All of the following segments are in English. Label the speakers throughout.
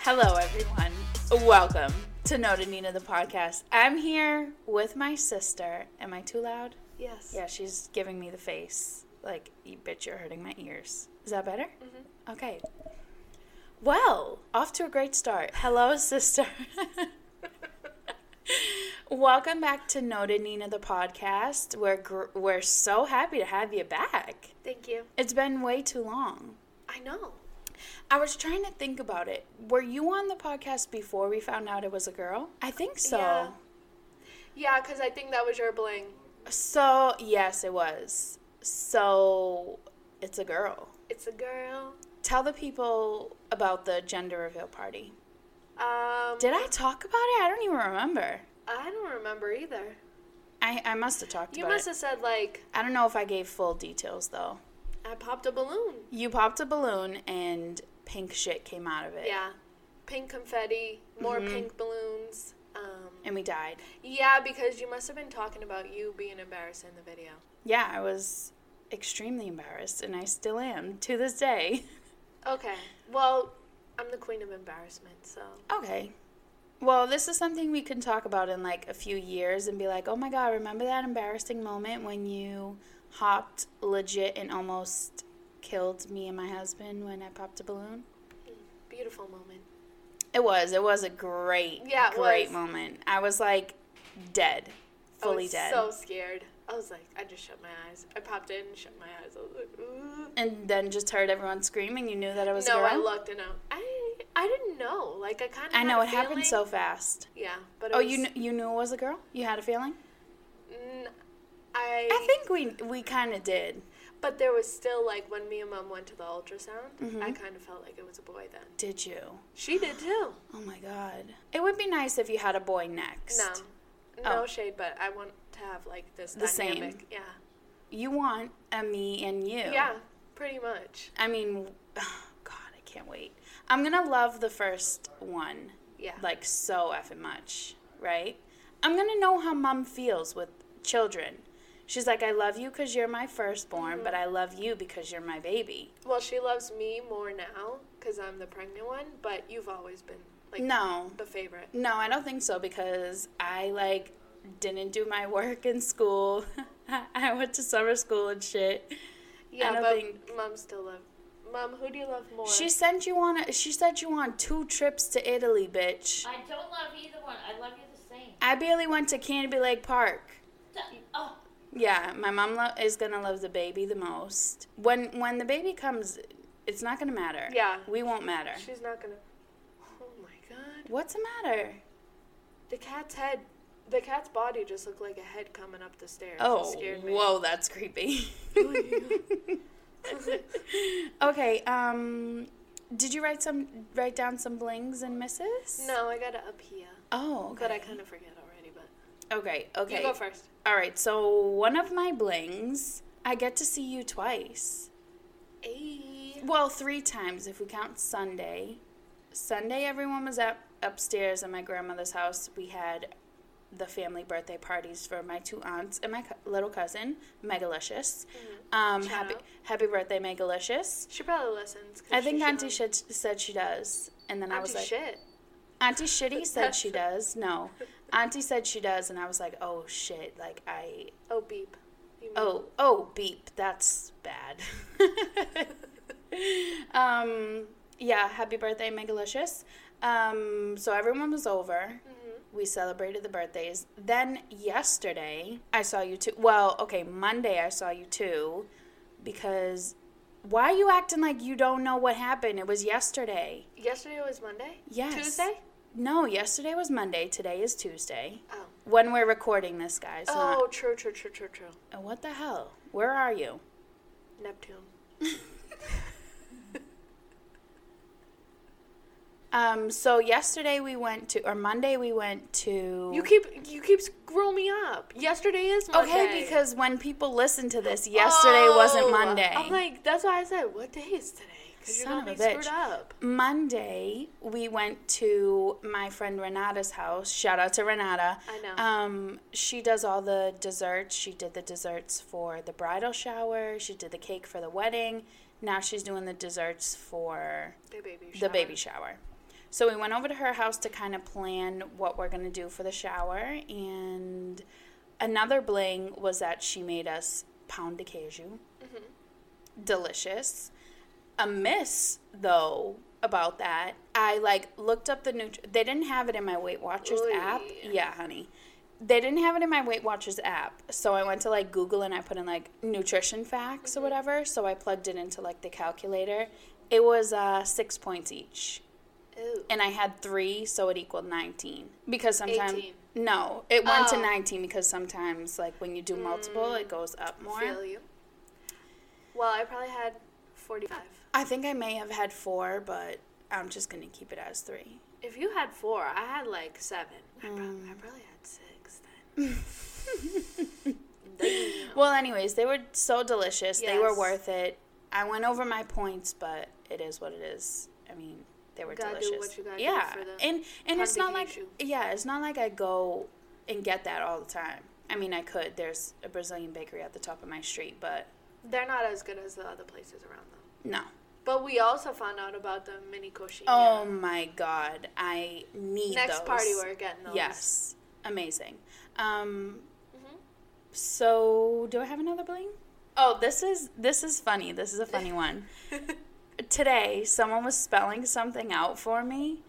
Speaker 1: Hello, everyone. Welcome to Noda Nina, the podcast. I'm here with my sister. Am I too loud?
Speaker 2: Yes.
Speaker 1: Yeah, she's giving me the face. Like, you bitch, you're hurting my ears. Is that better? Okay. Well, off to a great start. Hello, sister. Welcome back to Noda Nina, the podcast. We're, gr- we're so happy to have you back.
Speaker 2: Thank you.
Speaker 1: It's been way too long.
Speaker 2: I know.
Speaker 1: I was trying to think about it. Were you on the podcast before we found out it was a girl? I think so.
Speaker 2: Yeah. Yeah, because I think that was your bling.
Speaker 1: So, yes, it was. So, it's a girl.
Speaker 2: It's a girl.
Speaker 1: Tell the people about the gender reveal party.
Speaker 2: Um,
Speaker 1: Did I talk about it? I don't even remember.
Speaker 2: I don't remember either.
Speaker 1: I, I must have talked
Speaker 2: You
Speaker 1: about
Speaker 2: must
Speaker 1: it.
Speaker 2: have said like
Speaker 1: I don't know if I gave full details though.
Speaker 2: I popped a balloon.
Speaker 1: You popped a balloon and pink shit came out of it.
Speaker 2: Yeah, Mm-hmm. pink confetti, more pink balloons. Um,
Speaker 1: And we died.
Speaker 2: yeah, because you must have been talking about you being embarrassed in the video.
Speaker 1: Yeah, I was extremely embarrassed and I still am to this day.
Speaker 2: Okay. Well, I'm the queen of embarrassment, so
Speaker 1: Okay. Well, this is something we can talk about in like a few years and be like, oh my God, remember that embarrassing moment when you hopped legit and almost killed me and my husband when I popped a balloon?
Speaker 2: beautiful moment.
Speaker 1: It was. It was a great,
Speaker 2: Yeah, it
Speaker 1: great
Speaker 2: was.
Speaker 1: moment. I was like dead, fully
Speaker 2: I was
Speaker 1: dead.
Speaker 2: So scared. I was like, I just shut my eyes. I popped in, shut my eyes. I was like, ooh.
Speaker 1: and then just heard everyone screaming. You knew that it was
Speaker 2: no,
Speaker 1: a girl.
Speaker 2: I looked and I, I, I didn't know. Like I kind of.
Speaker 1: I know it happened so fast.
Speaker 2: Yeah, but it
Speaker 1: Oh,
Speaker 2: was,
Speaker 1: you kn- you knew it was a girl. You had a feeling.
Speaker 2: N- I,
Speaker 1: I think we we kind of did.
Speaker 2: But there was still like when me and mom went to the ultrasound,
Speaker 1: Mm-hmm.
Speaker 2: I kind of felt like it was a boy then.
Speaker 1: Did you?
Speaker 2: She did too.
Speaker 1: Oh my god. It would be nice if you had a boy next.
Speaker 2: No, no
Speaker 1: Oh.
Speaker 2: shade, but I want to have like this
Speaker 1: The same. Oh.
Speaker 2: dynamic. Yeah,
Speaker 1: You want a me and you.
Speaker 2: yeah, pretty much.
Speaker 1: I mean, god, I can't wait. I'm going to love the first one
Speaker 2: Yeah,
Speaker 1: like so effing much, right? I'm going to know how mom feels with children. She's like, I love you because you're my firstborn, but
Speaker 2: Mm-hmm.
Speaker 1: I love you because you're my baby.
Speaker 2: well, she loves me more now because I'm the pregnant one. But you've always been like
Speaker 1: No.
Speaker 2: the favorite.
Speaker 1: No, I don't think so because I like didn't do my work in school. I went to summer school and shit.
Speaker 2: Yeah,
Speaker 1: don't
Speaker 2: but
Speaker 1: think-
Speaker 2: mom still love. Mom, who do you love more?
Speaker 1: She sent you on. A, she said you on two trips to Italy, bitch.
Speaker 3: I don't love either one. I love you the same.
Speaker 1: I barely went to Canterbury Lake Park.
Speaker 3: Th- Oh,
Speaker 1: Yeah, my mom lo- is gonna love the baby the most. When when the baby comes, it's not gonna matter.
Speaker 2: Yeah.
Speaker 1: we won't matter.
Speaker 2: She's not gonna. Oh my god.
Speaker 1: What's the matter?
Speaker 2: The cat's head. The cat's body just looked like a head coming up the stairs.
Speaker 1: Oh,
Speaker 2: it scared me.
Speaker 1: whoa, that's creepy. okay. Um, did you write some write down some blings and misses?
Speaker 2: No, I got it up here,
Speaker 1: Oh, okay.
Speaker 2: but I kind of forget already. But
Speaker 1: okay. Okay.
Speaker 2: you go first.
Speaker 1: All right, so one of my blings, I get to see you twice.
Speaker 2: Ayy.
Speaker 1: Well, three times if we count Sunday. Sunday, everyone was up upstairs at my grandmother's house. We had the family birthday parties for my two aunts and my co- little cousin, Megalicious. Um,
Speaker 2: Shout
Speaker 1: happy
Speaker 2: out.
Speaker 1: happy birthday, Megalicious.
Speaker 2: Hmm. She probably listens. 'cause
Speaker 1: I think
Speaker 2: she's
Speaker 1: Auntie
Speaker 2: young.
Speaker 1: should, said she does, and then I was
Speaker 2: Auntie
Speaker 1: like,
Speaker 2: shit.
Speaker 1: Auntie Shitty said
Speaker 2: That's-
Speaker 1: she does. No, Auntie said she does, and I was like, oh shit, like I
Speaker 2: Oh beep. You mean-
Speaker 1: Oh, oh, beep. That's bad. um, yeah, happy birthday, Megalicious. Um, so everyone was over.
Speaker 2: Mm-hmm.
Speaker 1: We celebrated the birthdays. Then yesterday, I saw you too. Well, okay, Monday I saw you too because why are you acting like you don't know what happened? It was yesterday.
Speaker 2: Yesterday was Monday.
Speaker 1: Yes.
Speaker 2: Tuesday.
Speaker 1: No, yesterday was Monday. Today is Tuesday.
Speaker 2: Oh.
Speaker 1: When we're recording this, guys.
Speaker 2: Oh, true, true, true, true, true.
Speaker 1: Not, what the hell? Where are you?
Speaker 2: Neptune.
Speaker 1: Um, so yesterday we went to, or Monday we went to.
Speaker 2: You keep you keep screw me up. Yesterday is Monday.
Speaker 1: Oh. okay because when people listen to this, yesterday wasn't
Speaker 2: Oh,
Speaker 1: Monday.
Speaker 2: I'm like, that's why I said, what day is today? Because you're
Speaker 1: Son
Speaker 2: gonna be
Speaker 1: of a bitch.
Speaker 2: screwed up.
Speaker 1: Monday we went to my friend Renata's house. Shout out to Renata.
Speaker 2: I know.
Speaker 1: Um, she does all the desserts. She did the desserts for the bridal shower. She did the cake for the wedding. Now she's doing the desserts for
Speaker 2: The baby.
Speaker 1: the baby shower. So we went over to her house to kind of plan what we're going to do for the shower. And another bling was that she made us pound de cajou. Delicious. A miss, though, about that, I like looked up the nutri- They didn't have it in my Weight Watchers
Speaker 2: Oy.
Speaker 1: app. Yeah, honey. They didn't have it in my Weight Watchers app. So I went to like Google and I put in like nutrition facts
Speaker 2: Mm-hmm.
Speaker 1: or whatever. So I plugged it into like the calculator. It was uh, six points each
Speaker 2: Ew.
Speaker 1: and I had three, so it equaled 19. Because sometimes.
Speaker 2: 18.
Speaker 1: No, it went to
Speaker 2: Oh.
Speaker 1: 19 because sometimes, like, when you do multiple, it goes up more.
Speaker 2: Feel you. Well, I probably had 45.
Speaker 1: I think I may have had four, but I'm just going to keep it as three.
Speaker 2: If you had four, I had like seven. I, prob-
Speaker 1: Mm.
Speaker 2: I probably had six then. Damn.
Speaker 1: Well, anyways, they were so delicious. They were
Speaker 2: Yes.
Speaker 1: worth it. I went over my points, but it is what it is. I mean, they were
Speaker 2: Gotta do
Speaker 1: delicious.
Speaker 2: what you gotta do
Speaker 1: yeah,
Speaker 2: for the
Speaker 1: and and it's not like
Speaker 2: pontification.
Speaker 1: yeah, it's not like I go and get that all the time. I mean, I could. There's a Brazilian bakery at the top of my street, but
Speaker 2: They're not as good as the other places around though.
Speaker 1: no.
Speaker 2: But we also found out about the mini coxinha.
Speaker 1: Oh my god, I need
Speaker 2: Next
Speaker 1: those.
Speaker 2: party we're getting those.
Speaker 1: Yes, amazing. Um, so do I have another bling? Oh, this is this is funny. This is a funny one. Today, someone was spelling something out for me,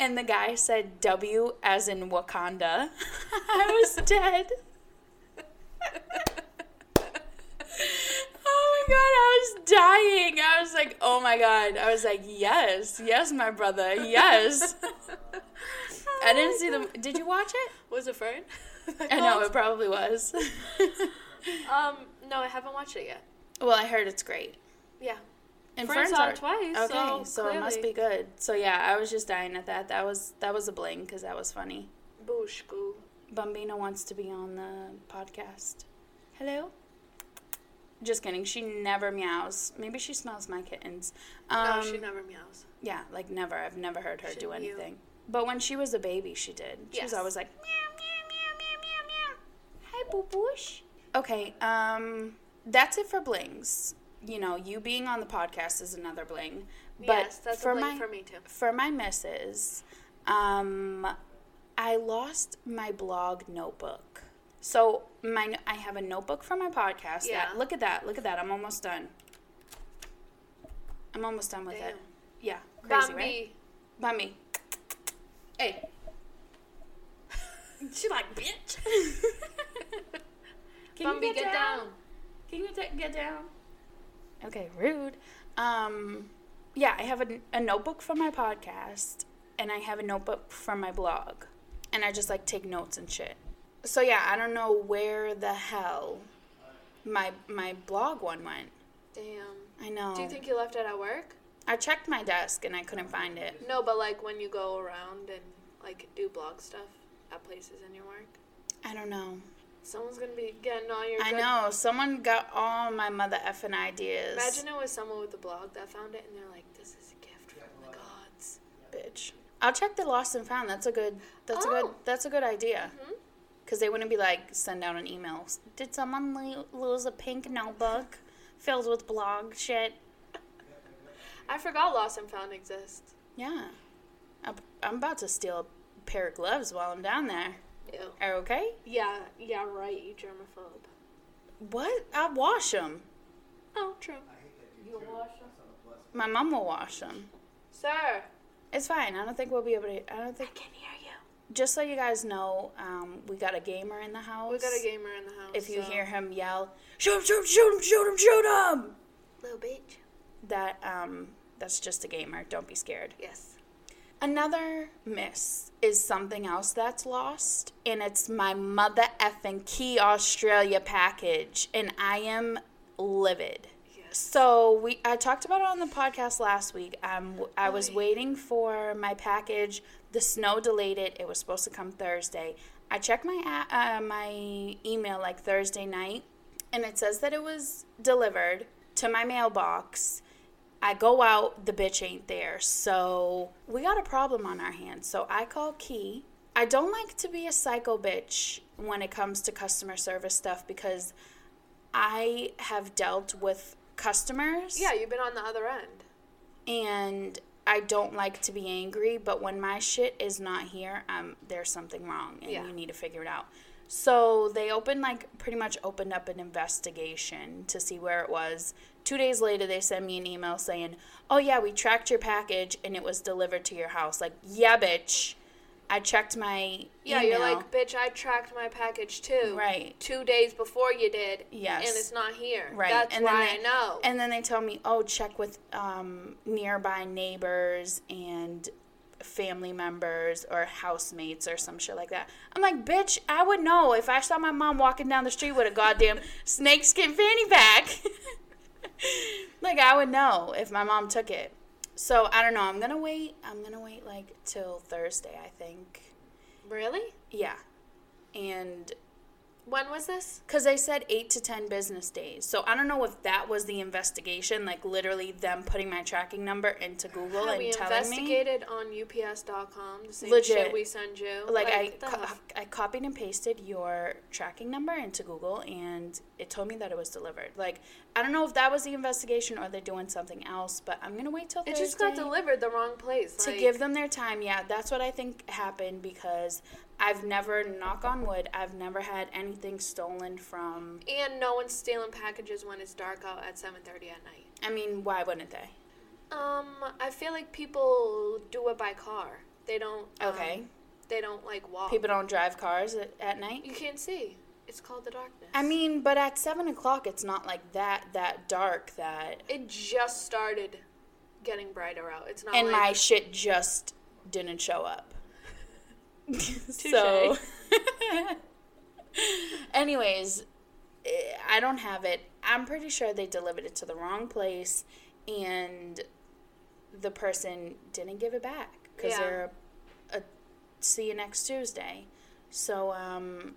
Speaker 1: and the guy said W as in Wakanda. I was dead.
Speaker 2: Mm-hmm.
Speaker 1: Oh my god, I was dying. I was like, oh my god. I was like, yes, yes, my brother, yes. I didn't see the. Did you watch it?
Speaker 2: Was it Fern?
Speaker 1: I know it probably was.
Speaker 2: Um, no, I haven't watched it yet.
Speaker 1: well, I heard it's great.
Speaker 2: Yeah.
Speaker 1: And
Speaker 2: Friends
Speaker 1: Fern's
Speaker 2: saw it
Speaker 1: art-
Speaker 2: twice,
Speaker 1: Okay,
Speaker 2: so
Speaker 1: it must be
Speaker 2: clearly.
Speaker 1: good. So yeah, I was just dying at that. That was that was a bling because that was funny.
Speaker 2: Bushku.
Speaker 1: Bambina wants to be on the podcast. Hello. Just kidding. She never meows. Maybe she smells my kittens. Um,
Speaker 2: no, Oh, she never meows.
Speaker 1: Yeah, like never. I've never heard her
Speaker 2: Should
Speaker 1: do
Speaker 2: you?
Speaker 1: anything. But when she was a baby, she did. She was
Speaker 2: Yes.
Speaker 1: always like meow meow meow meow meow meow. Hi, boosh. Okay, um, that's it for blings. You know, you being on the podcast is another bling. But
Speaker 2: yes, that's
Speaker 1: for
Speaker 2: a blank
Speaker 1: my
Speaker 2: for me too.
Speaker 1: for my misses, um, I lost my blog notebook. So my I have a notebook for my podcast.
Speaker 2: Yeah.
Speaker 1: That, look at that. Look at that. I'm almost done. I'm almost done with it.
Speaker 2: Damn.
Speaker 1: Yeah. Crazy,
Speaker 2: Bambi.
Speaker 1: right? Bummy. Hey. she like, bitch. Can
Speaker 2: Bambi, get, down.
Speaker 1: Can you ta- get down? Okay, rude. Um, yeah, I have a, a notebook for my podcast, and I have a notebook for my blog, and I just like take notes and shit. So yeah, I don't know where the hell my my blog one went.
Speaker 2: Damn.
Speaker 1: I know.
Speaker 2: Do you think you left it at work?
Speaker 1: I checked my desk and I couldn't find it.
Speaker 2: No, but like when you go around and like do blog stuff at places in your work,
Speaker 1: I don't know.
Speaker 2: someone's gonna be getting all your.
Speaker 1: I
Speaker 2: good-
Speaker 1: know. Someone got all my mother effing ideas.
Speaker 2: Imagine it was someone with a blog that found it and they're like, "This is a gift from the gods."
Speaker 1: bitch. I'll check the lost and found. That's a good. That's a good.
Speaker 2: Oh.
Speaker 1: That's a good idea.
Speaker 2: Mhm.
Speaker 1: Because they wouldn't be like send out an email. Did someone lo- lose a pink notebook filled with blog shit?
Speaker 2: I forgot Lost and Found exists.
Speaker 1: Yeah, I'm, I'm about to steal a pair of gloves while I'm down there.
Speaker 2: Ew.
Speaker 1: Are okay?
Speaker 2: Yeah, yeah, right. You germaphobe.
Speaker 1: What? I'll wash them.
Speaker 2: Oh, true.
Speaker 3: You wash them?
Speaker 1: My mom will wash them.
Speaker 2: Sir,
Speaker 1: It's fine. I don't think we'll be able to. I don't
Speaker 2: I
Speaker 1: think.
Speaker 2: can hear you.
Speaker 1: Just so you guys know, um, we got a gamer in the house.
Speaker 2: We got a gamer in the house.
Speaker 1: If you
Speaker 2: so-
Speaker 1: hear him yell, shoot him, shoot him, shoot him, shoot him, shoot him,
Speaker 2: little bitch.
Speaker 1: that um, that's just a gamer. Don't be scared.
Speaker 2: Yes.
Speaker 1: Another miss is something else that's lost, and it's my mother effing key Australia package, and I am livid.
Speaker 2: Yes.
Speaker 1: So we I talked about it on the podcast last week. Um, I was
Speaker 2: Oy.
Speaker 1: waiting for my package. The snow delayed it. It was supposed to come Thursday. I checked my a- uh, my email like Thursday night, and it says that it was delivered to my mailbox. I go out, the bitch ain't there. So we got a problem on our hands. So I call Key. I don't like to be a psycho bitch when it comes to customer service stuff because I have dealt with customers
Speaker 2: Yeah, you've been on the other end.
Speaker 1: and I don't like to be angry, but when my shit is not here, um, there's something wrong, and
Speaker 2: Yeah.
Speaker 1: you need to figure it out. So they opened like pretty much opened up an investigation to see where it was. Two days later, they sent me an email saying, "Oh yeah, we tracked your package and it was delivered to your house." Like, yeah, bitch, I checked my
Speaker 2: Yeah,
Speaker 1: email.
Speaker 2: you're like, bitch, I tracked my package too.
Speaker 1: Right.
Speaker 2: Two days before you did.
Speaker 1: Yes.
Speaker 2: And it's not here.
Speaker 1: Right.
Speaker 2: That's
Speaker 1: and
Speaker 2: why
Speaker 1: then
Speaker 2: I
Speaker 1: they,
Speaker 2: know.
Speaker 1: And then they tell me, oh, check with um, nearby neighbors and family members or housemates or some shit like that. I'm like, bitch, I would know if I saw my mom walking down the street with a goddamn snakeskin fanny pack. like, I would know if my mom took it. So I don't know. I'm gonna wait. I'm gonna wait like till Thursday, I think.
Speaker 2: really?
Speaker 1: Yeah, and
Speaker 2: When was this?
Speaker 1: because they said eight to ten business days. So I don't know if that was the investigation, like literally them putting my tracking number into Google
Speaker 2: How
Speaker 1: and
Speaker 2: we
Speaker 1: telling me.
Speaker 2: investigated on UPS.com the same
Speaker 1: Legit.
Speaker 2: shit we send you.
Speaker 1: Like,
Speaker 2: the
Speaker 1: I, co-
Speaker 2: huff-
Speaker 1: I copied and pasted your tracking number into Google, and it told me that it was delivered. Like I don't know if that was the investigation or they're doing something else, but I'm gonna wait till
Speaker 2: it
Speaker 1: Thursday
Speaker 2: just got delivered the wrong place.
Speaker 1: to
Speaker 2: like-
Speaker 1: give them their time. Yeah, that's what I think happened because I've never, knock on wood, I've never had anything stolen from.
Speaker 2: And no one's stealing packages when it's dark out at 7:30 at night.
Speaker 1: I mean, why wouldn't they?
Speaker 2: Um, I feel like people do it by car. They don't. um,
Speaker 1: Okay.
Speaker 2: they don't like walk.
Speaker 1: People don't drive cars at, at
Speaker 2: You
Speaker 1: night.
Speaker 2: can't see. It's called the darkness.
Speaker 1: I mean, but at seven o'clock, it's not like that that dark that,
Speaker 2: it just started getting brighter out. It's not.
Speaker 1: and
Speaker 2: like,
Speaker 1: my shit just didn't show up. so, anyways, eh, I don't have it. I'm pretty sure they delivered it to the wrong place, and the person didn't give it back because
Speaker 2: Yeah.
Speaker 1: they're a see you next Tuesday. So, um,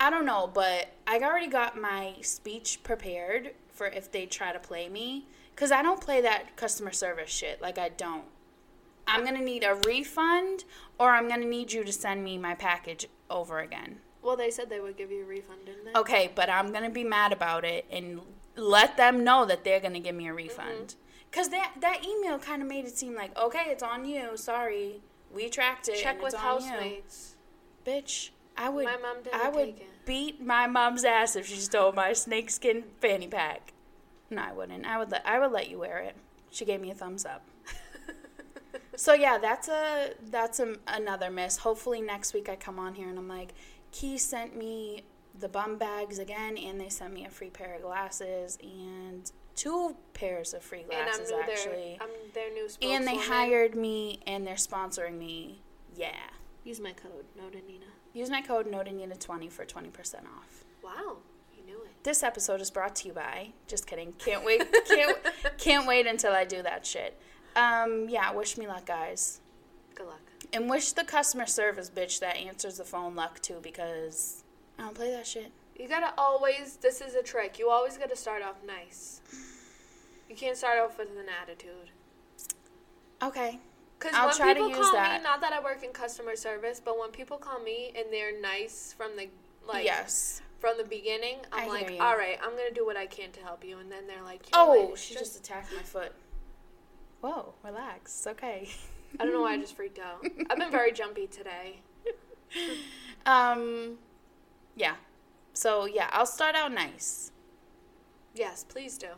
Speaker 1: I don't know, but I already got my speech prepared for if they try to play me. Because I don't play that customer service shit. Like, I don't. I'm going to need a refund or I'm going to need you to send me my package over again.
Speaker 2: Well, they said they would give you a refund, didn't they?
Speaker 1: Okay, but I'm going to be mad about it and let them know that they're going to give me
Speaker 2: Mm-hmm.
Speaker 1: a refund. Because that, that email kind of made it seem like, okay, it's on you. Sorry. We tracked it.
Speaker 2: Check
Speaker 1: and
Speaker 2: with
Speaker 1: it's on you."
Speaker 2: housemates.
Speaker 1: Bitch, I would.
Speaker 2: My mom didn't
Speaker 1: I would
Speaker 2: take it.
Speaker 1: beat my mom's ass if she stole my snakeskin fanny pack. No, I wouldn't. I would let. I would let you wear it. She gave me a thumbs up. so yeah, that's a that's a, another miss. Hopefully next week I come on here and I'm like, Key sent me the bum bags again, and they sent me a free pair of glasses and two pairs of free
Speaker 2: And I'm
Speaker 1: glasses
Speaker 2: new
Speaker 1: actually.
Speaker 2: Their, I'm their new
Speaker 1: and
Speaker 2: spokeswoman.
Speaker 1: they hired me, and they're sponsoring me. Yeah.
Speaker 2: Use my code, Noda Nina.
Speaker 1: Use my code NOTANINA20 for 20% off.
Speaker 2: Wow, you knew it.
Speaker 1: This episode is brought to you by. Just kidding. Can't wait. Can't, can't wait until I do that shit. Um, yeah, wish me luck, guys.
Speaker 2: Good luck.
Speaker 1: And wish the customer service bitch that answers the phone luck too because I don't play that shit.
Speaker 2: You gotta always. This is a trick. You always gotta start off nice. You can't start off with an attitude.
Speaker 1: Okay.
Speaker 2: Because
Speaker 1: I'll
Speaker 2: when
Speaker 1: try to
Speaker 2: people
Speaker 1: use
Speaker 2: call
Speaker 1: that.
Speaker 2: me, not that I work in customer service, but when people call me and they're nice from the like
Speaker 1: yes.
Speaker 2: from the beginning, I'm
Speaker 1: I
Speaker 2: like,
Speaker 1: hear you.
Speaker 2: all right, I'm gonna do what I can to help you, and then they're like, you know
Speaker 1: Oh,
Speaker 2: what,
Speaker 1: she just attacked my foot. Whoa, relax. It's okay.
Speaker 2: I don't know why I just freaked out. I've been very jumpy today.
Speaker 1: Um, yeah. So, yeah, I'll start out nice.
Speaker 2: Yes, please do.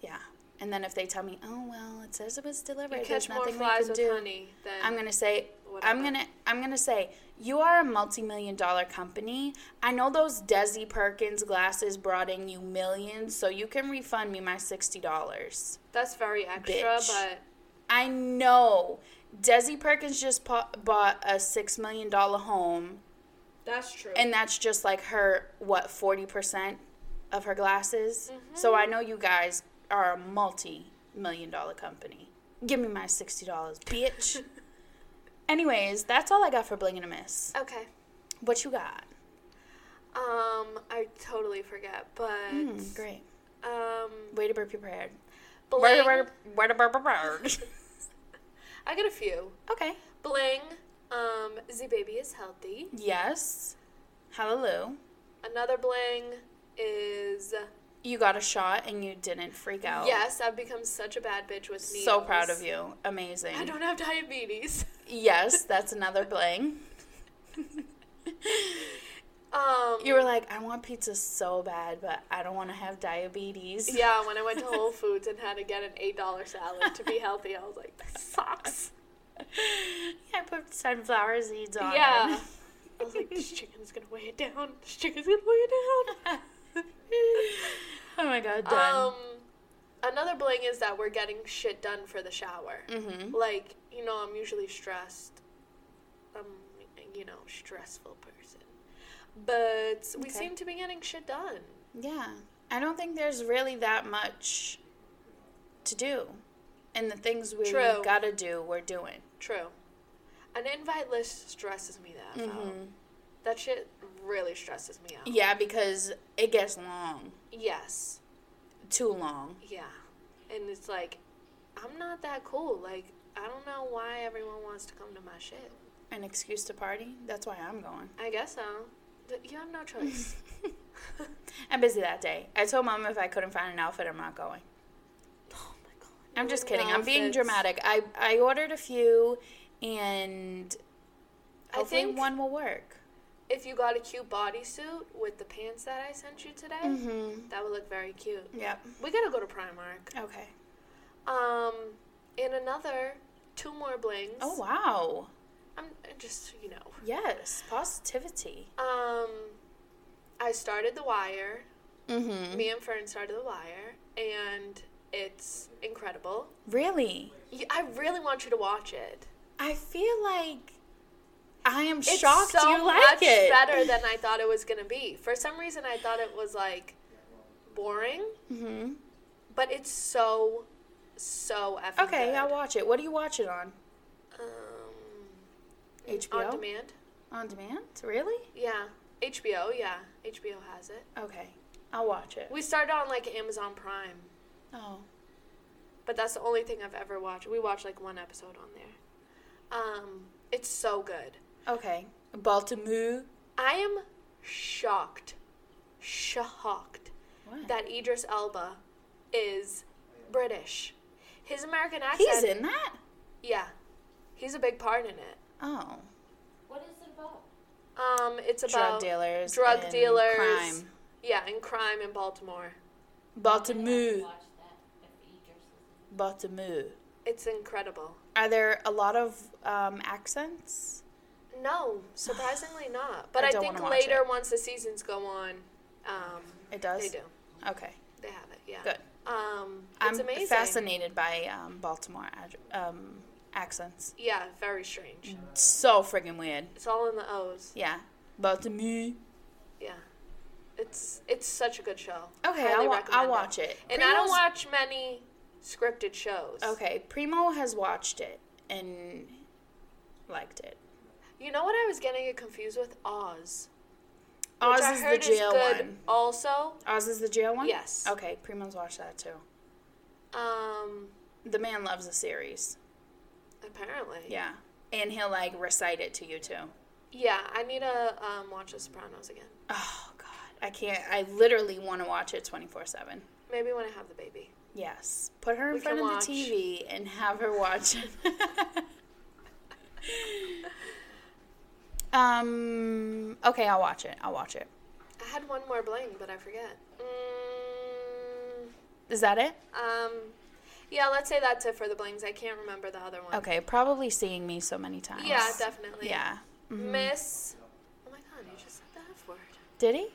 Speaker 1: Yeah. And then if they tell me, oh well, it says it was delivered,
Speaker 2: You
Speaker 1: there's
Speaker 2: catch more
Speaker 1: nothing we can
Speaker 2: flies with
Speaker 1: do.
Speaker 2: honey than
Speaker 1: I'm gonna say, I'm
Speaker 2: Whatever.
Speaker 1: gonna, I'm gonna say, you are a multi-million dollar company. I know those Desi Perkins glasses brought in you millions, so you can refund me my sixty dollars.
Speaker 2: That's very extra,
Speaker 1: Bitch.
Speaker 2: but
Speaker 1: I know Desi Perkins just po- bought a six million dollar home,
Speaker 2: that's true.
Speaker 1: and that's just like her what forty percent of her glasses. So I know you guys are a multi-million dollar company. Give me my sixty dollars, bitch. Anyways, that's all I got for bling and a miss.
Speaker 2: okay.
Speaker 1: What you got?
Speaker 2: Um, I totally forget, but
Speaker 1: Mm, great.
Speaker 2: um,
Speaker 1: Way to be prepared. Way
Speaker 2: bling.
Speaker 1: to, way to, way to be prepared.
Speaker 2: I got a few.
Speaker 1: okay.
Speaker 2: Bling. Um, the baby is healthy.
Speaker 1: Yes. Hallelujah.
Speaker 2: Another bling is
Speaker 1: you got a shot and you didn't freak out.
Speaker 2: Yes, I've become such a bad bitch with needles.
Speaker 1: Oh. So proud of you. Amazing.
Speaker 2: I don't have diabetes.
Speaker 1: Yes, that's another bling.
Speaker 2: Um,
Speaker 1: You were like, I want pizza so bad, but I don't want to have diabetes.
Speaker 2: yeah, when I went to Whole Foods and had to get an eight dollar salad to be healthy, I was like, this sucks.
Speaker 1: I put sunflower seeds on.
Speaker 2: Yeah.
Speaker 1: it.
Speaker 2: I was like, this chicken's gonna weigh it down. This chicken's gonna weigh it down.
Speaker 1: oh my god, done.
Speaker 2: Um, another bling is that we're getting shit done for the shower.
Speaker 1: mm-hmm.
Speaker 2: Like, you know, I'm usually stressed. I'm, you know, stressful person. But
Speaker 1: Okay.
Speaker 2: we seem to be getting shit done.
Speaker 1: Yeah. I don't think there's really that much to do. And the things we
Speaker 2: True.
Speaker 1: gotta do, we're doing.
Speaker 2: True. An invite list stresses me the F out.
Speaker 1: Mhm.
Speaker 2: That shit really stresses me out.
Speaker 1: Yeah, because it gets long.
Speaker 2: Yes.
Speaker 1: Too long.
Speaker 2: Yeah. And it's like, I'm not that cool. Like, I don't know why everyone wants to come to my shit.
Speaker 1: An excuse to party? That's why I'm going.
Speaker 2: I guess so. Th- You have no choice.
Speaker 1: I'm busy that day. I told mom if I couldn't find an outfit, I'm not going.
Speaker 2: oh my god.
Speaker 1: I'm just kidding. I'm being
Speaker 2: Outfits.
Speaker 1: dramatic. I, I ordered a few, and
Speaker 2: I
Speaker 1: hopefully
Speaker 2: think-
Speaker 1: one will work.
Speaker 2: If you got a cute bodysuit with the pants that I sent you today,
Speaker 1: Mm-hmm.
Speaker 2: that would look very cute.
Speaker 1: Yep.
Speaker 2: We gotta go to Primark.
Speaker 1: Okay.
Speaker 2: Um, in another two more blings.
Speaker 1: Oh, wow.
Speaker 2: I'm I just you know.
Speaker 1: Yes. Positivity.
Speaker 2: Um, I started The Wire.
Speaker 1: Mm-hmm.
Speaker 2: Me and Fern started The Wire, and it's incredible.
Speaker 1: Really?
Speaker 2: Y- I really want you to watch it.
Speaker 1: I feel like I am
Speaker 2: It's
Speaker 1: shocked
Speaker 2: so
Speaker 1: you like
Speaker 2: much
Speaker 1: it.
Speaker 2: better than I thought it was gonna be. For some reason, I thought it was like boring,
Speaker 1: hmm
Speaker 2: but it's so, so effing
Speaker 1: Okay,
Speaker 2: good.
Speaker 1: I'll watch it. What do you watch it on?
Speaker 2: um,
Speaker 1: HBO?
Speaker 2: on demand.
Speaker 1: On demand? Really?
Speaker 2: Yeah, HBO. Yeah, HBO has it.
Speaker 1: Okay, I'll watch it.
Speaker 2: We started on like Amazon Prime,
Speaker 1: Oh,
Speaker 2: but that's the only thing I've ever watched. We watched like one episode on there. Um, it's so good.
Speaker 1: okay. Baltimore.
Speaker 2: I am shocked, shocked
Speaker 1: What?
Speaker 2: that Idris Elba is British. His American accent.
Speaker 1: He's in that?
Speaker 2: Yeah, he's a big part in it.
Speaker 1: Oh.
Speaker 3: What is it about?
Speaker 2: Um, it's
Speaker 1: drug
Speaker 2: about
Speaker 1: dealers.
Speaker 2: drug
Speaker 1: and
Speaker 2: dealers.
Speaker 1: Crime.
Speaker 2: yeah, and crime in Baltimore.
Speaker 1: Baltimore.
Speaker 3: Watch that if Idris is
Speaker 1: Baltimore.
Speaker 2: It's incredible.
Speaker 1: Are there a lot of um, accents?
Speaker 2: No, surprisingly not. But
Speaker 1: I
Speaker 2: I,
Speaker 1: don't
Speaker 2: think
Speaker 1: wanna watch
Speaker 2: later,
Speaker 1: it.
Speaker 2: once the seasons go on, um,
Speaker 1: It does?
Speaker 2: they do.
Speaker 1: Okay,
Speaker 2: They have it. Yeah.
Speaker 1: good.
Speaker 2: Um,
Speaker 1: I'm
Speaker 2: it's amazing.
Speaker 1: fascinated by um, Baltimore ad- um, accents.
Speaker 2: Yeah, very
Speaker 1: Mm.
Speaker 2: strange.
Speaker 1: So friggin' weird.
Speaker 2: It's all in the O's.
Speaker 1: Yeah. Baltimore.
Speaker 2: Yeah. It's it's such a good show.
Speaker 1: Okay,
Speaker 2: Highly
Speaker 1: I'll, wa-
Speaker 2: recommend
Speaker 1: I'll watch it.
Speaker 2: And I don't
Speaker 1: Primo's-
Speaker 2: watch many scripted shows.
Speaker 1: Okay, Primo has watched it and liked it.
Speaker 2: You know what I was getting it confused with Oz.
Speaker 1: Oz
Speaker 2: which I
Speaker 1: is the
Speaker 2: heard
Speaker 1: jail
Speaker 2: good
Speaker 1: one.
Speaker 2: Also,
Speaker 1: Oz is the jail one?
Speaker 2: Yes.
Speaker 1: Okay, Primo's watched that too.
Speaker 2: um,
Speaker 1: The man loves the series.
Speaker 2: apparently.
Speaker 1: Yeah. And he'll like recite it to you too.
Speaker 2: Yeah, I need to um, watch The Sopranos again.
Speaker 1: Oh god. I can't I literally want to watch it 24/7.
Speaker 2: Maybe when I have the baby.
Speaker 1: Yes. Put her in
Speaker 2: We
Speaker 1: front of
Speaker 2: can watch.
Speaker 1: the TV and have her watch it. um okay, I'll watch it. I'll watch it.
Speaker 2: I had one more bling, but I forget. Mm,
Speaker 1: Is that it?
Speaker 2: um, yeah, let's say that's it for the blings. I can't remember the other one.
Speaker 1: Okay, probably seeing me so many times.
Speaker 2: Yeah, definitely.
Speaker 1: Yeah.
Speaker 2: Miss. Oh my god, you just said the F word.
Speaker 1: Did he?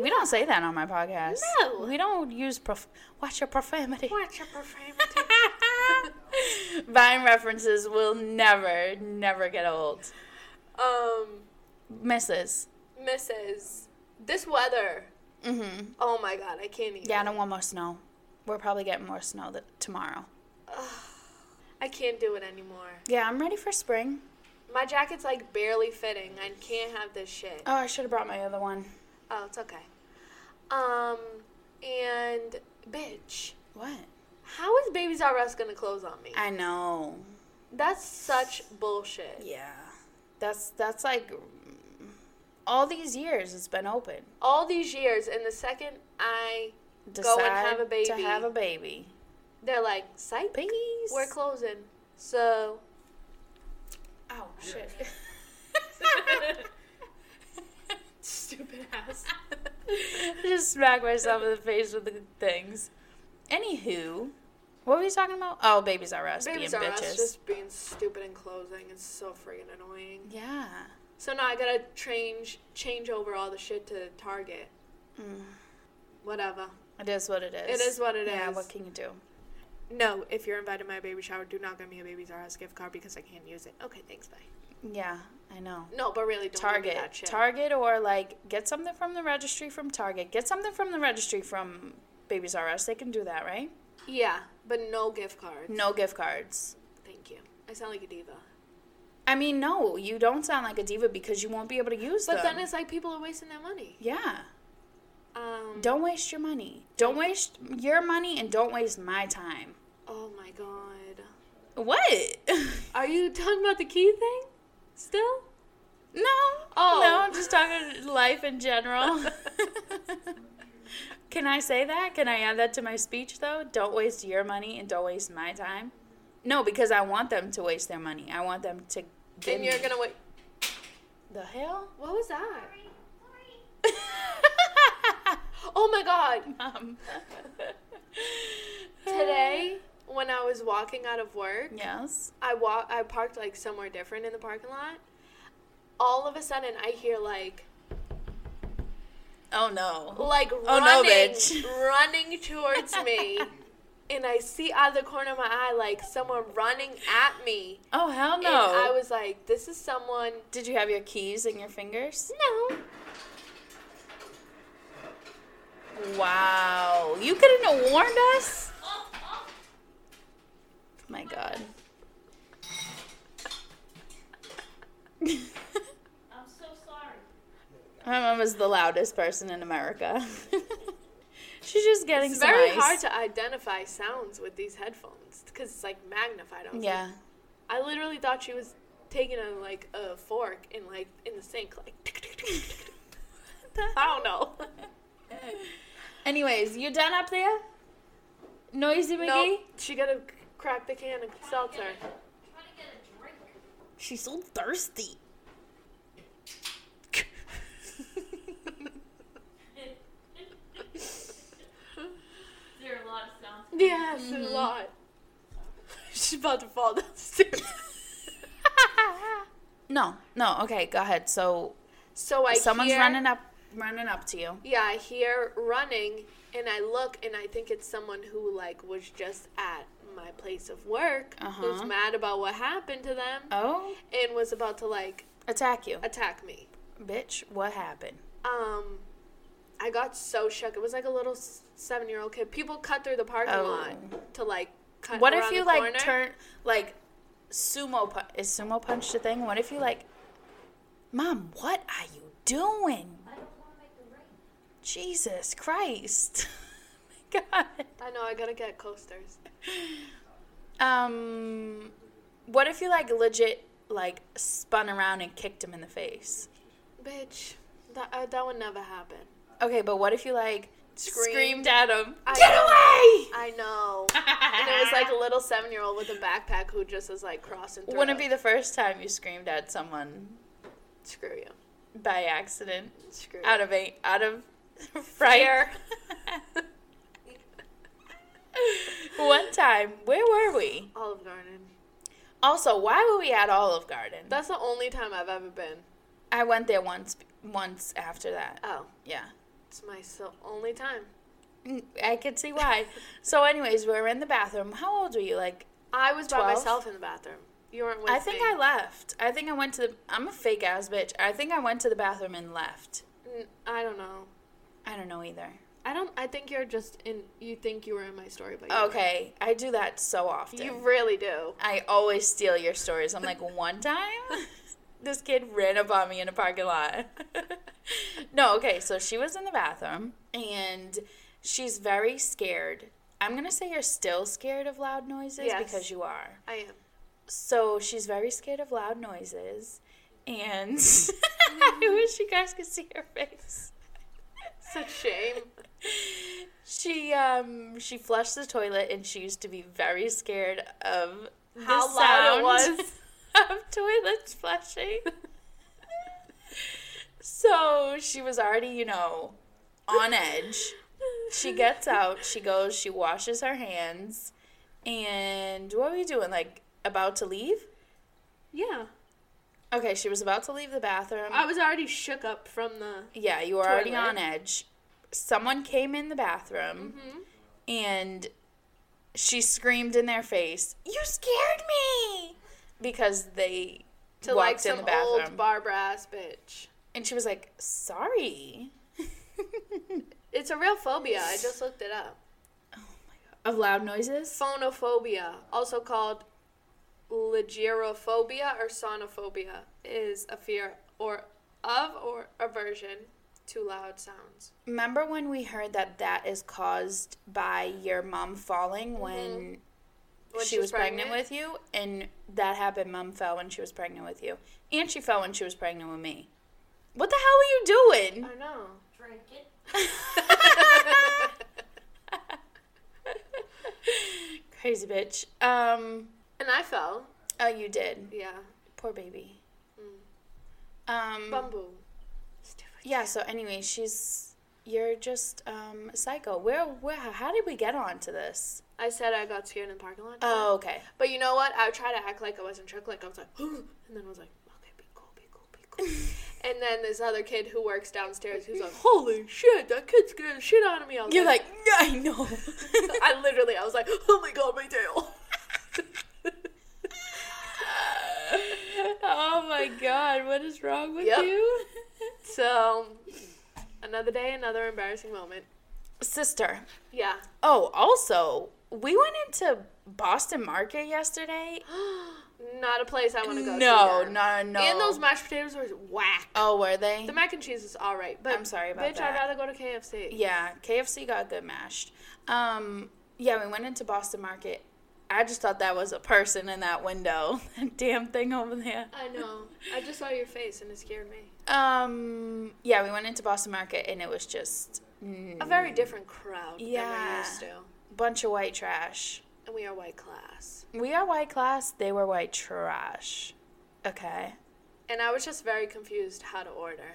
Speaker 1: We don't say that on my podcast.
Speaker 2: No.
Speaker 1: We don't use prof- watch your profanity.
Speaker 2: Watch your profanity.
Speaker 1: Vine references will never, never get old.
Speaker 2: um,
Speaker 1: Misses.
Speaker 2: Mrs. This weather.
Speaker 1: Mm-hmm.
Speaker 2: Oh my god, I can't even.
Speaker 1: Yeah, I don't want more snow. We're probably getting more snow th- tomorrow.
Speaker 2: I can't do it anymore.
Speaker 1: Yeah, I'm ready for spring.
Speaker 2: My jacket's like barely fitting. I can't have this shit.
Speaker 1: Oh, I should have brought my other one.
Speaker 2: Oh, it's okay. Um, and bitch,
Speaker 1: What?
Speaker 2: how is Babies R Us gonna close on me?
Speaker 1: I know.
Speaker 2: That's such bullshit.
Speaker 1: Yeah. That's that's like all these years it's been open.
Speaker 2: All these years, and the second I
Speaker 1: decide
Speaker 2: have a
Speaker 1: to
Speaker 2: baby.
Speaker 1: have a baby.
Speaker 2: They're like, psych,
Speaker 1: Peace.
Speaker 2: we're closing. So,
Speaker 1: Oh shit.
Speaker 2: stupid ass.
Speaker 1: I just smack myself in the face with the things. Anywho, what were we talking about? Oh, babies are us
Speaker 2: Babies
Speaker 1: being
Speaker 2: are
Speaker 1: bitches.
Speaker 2: us just being stupid and closing. It's so freaking annoying.
Speaker 1: Yeah.
Speaker 2: So now I gotta change change over all the shit to Target.
Speaker 1: Mm.
Speaker 2: Whatever.
Speaker 1: It is what it is.
Speaker 2: It is what it
Speaker 1: it
Speaker 2: is.
Speaker 1: is. Yeah, what can you do?
Speaker 2: No, if you're invited to my baby shower, do not give me a Babies R Us gift card because I can't use it. Okay, thanks, bye.
Speaker 1: Yeah, I know.
Speaker 2: No, but really, don't Target.
Speaker 1: Target.
Speaker 2: that shit.
Speaker 1: Target or like get something from the registry from Target. Get something from the registry from Babies R Us. They can do that, right?
Speaker 2: yeah, but no gift cards.
Speaker 1: No gift cards.
Speaker 2: Thank you. I sound like a diva.
Speaker 1: I mean, no, you don't sound like a diva because you won't be able to use
Speaker 2: But
Speaker 1: them.
Speaker 2: then it's like people are wasting their money.
Speaker 1: yeah.
Speaker 2: Um.
Speaker 1: Don't waste your money. Don't waste your money and don't waste my time.
Speaker 2: Oh my god.
Speaker 1: What?
Speaker 2: Are you talking about the key thing? Still?
Speaker 1: no.
Speaker 2: Oh.
Speaker 1: No, I'm just talking life in general. Can I say that? Can I add that to my speech though? Don't waste your money and don't waste my time. No, because I want them to waste their money. I want them to. give
Speaker 2: Then you're
Speaker 1: me-
Speaker 2: gonna wait.
Speaker 1: The hell?
Speaker 2: What was that?
Speaker 3: Sorry.
Speaker 2: Oh my god.
Speaker 1: Mom.
Speaker 2: Today, when I was walking out of work,
Speaker 1: Yes.
Speaker 2: I walk. I parked like somewhere different in the parking lot. All of a sudden, I hear like
Speaker 1: Oh no.
Speaker 2: like running,
Speaker 1: Oh, no, bitch.
Speaker 2: running towards me, and I see out of the corner of my eye like someone running at me.
Speaker 1: Oh hell
Speaker 2: And
Speaker 1: no.
Speaker 2: I was like, "This is someone."
Speaker 1: Did you have your keys in your fingers?
Speaker 2: No,
Speaker 1: Wow. You couldn't have warned us?
Speaker 3: Oh,
Speaker 1: My God.
Speaker 3: I'm so sorry.
Speaker 1: My mom is the loudest person in America. She's just getting
Speaker 2: it's
Speaker 1: some
Speaker 2: very
Speaker 1: ice.
Speaker 2: hard to identify sounds with these headphones because it's like magnified. I was like,
Speaker 1: Yeah.
Speaker 2: I literally thought she was taking a like a fork and like in the sink, like I don't know.
Speaker 1: Anyways, you done up there? Noisy McGee?
Speaker 2: No, she gotta c- crack the can of seltzer.
Speaker 3: Try to get a drink.
Speaker 1: She's so thirsty.
Speaker 3: There are a lot of sounds.
Speaker 2: Yes, a
Speaker 1: Mm-hmm.
Speaker 2: lot. She's about to fall downstairs.
Speaker 1: no, no, okay, go ahead. So
Speaker 2: so I
Speaker 1: someone's
Speaker 2: hear,
Speaker 1: running up running up to you.
Speaker 2: Yeah, I hear running, and I look, and I think it's someone who like was just at my place of work, who's
Speaker 1: Uh-huh.
Speaker 2: mad about what happened to them,
Speaker 1: Oh?
Speaker 2: and was about to like
Speaker 1: Attack you.
Speaker 2: attack me.
Speaker 1: Bitch, what happened?
Speaker 2: um I got so shook. It was like a little seven year old kid. People cut through the parking
Speaker 1: Oh.
Speaker 2: lot to like cut.
Speaker 1: What if
Speaker 2: around
Speaker 1: you
Speaker 2: the
Speaker 1: like
Speaker 2: corner.
Speaker 1: turn like sumo pu- is sumo punch the thing? What if you like, mom? What are you doing?
Speaker 3: I don't want to make a ring.
Speaker 1: Jesus Christ! My God.
Speaker 2: I know I gotta get coasters.
Speaker 1: Um, what if you like legit like spun around and kicked him in the face?
Speaker 2: Bitch, that uh, that would never happen.
Speaker 1: Okay, but what if you like
Speaker 2: Screamed.
Speaker 1: screamed at him?
Speaker 2: I
Speaker 1: Get
Speaker 2: know.
Speaker 1: away!
Speaker 2: I know. and it was like a little seven year old with a backpack who just is like crossing. Through.
Speaker 1: Wouldn't it be the first time you screamed at someone
Speaker 2: screw you.
Speaker 1: by accident
Speaker 2: Screw
Speaker 1: out
Speaker 2: you.
Speaker 1: of a out of fright? One time, where were we?
Speaker 2: Olive Garden.
Speaker 1: Also, why were we at Olive Garden?
Speaker 2: That's the only time I've ever been.
Speaker 1: I went there once. Once after that,
Speaker 2: Oh,
Speaker 1: yeah,
Speaker 2: it's my so only time.
Speaker 1: Mm, I could see why. so, anyways, we were in the bathroom. How old were you? Like,
Speaker 2: I was by
Speaker 1: Twelve?
Speaker 2: myself in the bathroom. You weren't with
Speaker 1: I think
Speaker 2: me.
Speaker 1: I left. I think I went to the. I'm a fake ass bitch. I think I went to the bathroom and left.
Speaker 2: N- I don't know.
Speaker 1: I don't know either.
Speaker 2: I don't. I think you're just in. You think you were in my story, but you
Speaker 1: Okay, I do that so often.
Speaker 2: you really do.
Speaker 1: I always steal your stories. I'm like, one time, this kid ran up on me in a parking lot. no, okay, so she was in the bathroom and she's very scared. I'm gonna say you're still scared of loud noises
Speaker 2: Yes.
Speaker 1: because you are.
Speaker 2: I am.
Speaker 1: So she's very scared of loud noises, and I wish you guys could see her face.
Speaker 2: Such shame.
Speaker 1: She um she flushed the toilet and she used to be very scared of the
Speaker 2: How loud
Speaker 1: sound
Speaker 2: it was.
Speaker 1: of toilets flushing. so she was already, you know, on edge. She gets out, she goes, she washes her hands, and what were you doing? Like about to leave? Um,
Speaker 2: Yeah.
Speaker 1: Okay, she was about to leave the bathroom.
Speaker 2: I was already shook up from the.
Speaker 1: Yeah, you were already
Speaker 2: Toilet.
Speaker 1: on edge. Someone came in the bathroom
Speaker 2: hmm, Mm-hmm.
Speaker 1: and she screamed in their face, You scared me! Because they
Speaker 2: To
Speaker 1: walked
Speaker 2: like
Speaker 1: in
Speaker 2: some
Speaker 1: the bathroom.
Speaker 2: old Barbara ass bitch.
Speaker 1: and she was like, Sorry.
Speaker 2: It's a real phobia. I just looked it up.
Speaker 1: of loud noises?
Speaker 2: Phonophobia, also called legerophobia or sonophobia, is a fear or of or aversion to loud sounds.
Speaker 1: Remember when we heard that that is caused by your mom falling
Speaker 2: Mm-hmm.
Speaker 1: when
Speaker 2: When
Speaker 1: she was pregnant. with you? And that happened. Mom fell when she was pregnant with you. And she fell when she was pregnant with me. What the hell are you doing?
Speaker 2: I know.
Speaker 3: Drink it.
Speaker 1: Crazy bitch. Um,
Speaker 2: and I fell.
Speaker 1: oh, you did.
Speaker 2: Yeah.
Speaker 1: Poor baby. Um,
Speaker 2: Bamboo. Stupid.
Speaker 1: yeah. So anyway, she's you're just um psycho. Where where how did we get onto this?
Speaker 2: I said I got scared in the parking lot.
Speaker 1: Oh, okay.
Speaker 2: But you know what? I would try to act like I wasn't tricked. Like I was like, and then I was like, okay, be cool, be cool, be cool. and then this other kid who works downstairs, who's like, holy shit, that kid scared the shit out of me. I was
Speaker 1: You're like "Yeah, I know.
Speaker 2: I literally, I was like, oh my god, my tail.
Speaker 1: oh my god, what is wrong with
Speaker 2: Yep.
Speaker 1: you?
Speaker 2: so, another day, another embarrassing moment.
Speaker 1: Sister.
Speaker 2: Yeah.
Speaker 1: Oh, also, we went into Boston Market yesterday.
Speaker 2: Not a place I want to go
Speaker 1: No,
Speaker 2: to. again.
Speaker 1: no, no.
Speaker 2: And those mashed potatoes were whack.
Speaker 1: Oh, were they?
Speaker 2: The mac and cheese is all right, but
Speaker 1: I'm sorry about
Speaker 2: bitch,
Speaker 1: that.
Speaker 2: I'd rather go to KFC.
Speaker 1: Yeah, KFC got good mashed. Um, yeah, we went into Boston Market. I just thought that was a person in that window. That damn thing over there.
Speaker 2: I know. I just saw your face and it scared me.
Speaker 1: Um, yeah, we went into Boston Market and it was just mm,
Speaker 2: A very different crowd than we're
Speaker 1: Yeah.
Speaker 2: used to.
Speaker 1: bunch of white trash.
Speaker 2: And we are white class.
Speaker 1: We are white class. They were white trash. Okay.
Speaker 2: And I was just very confused how to order.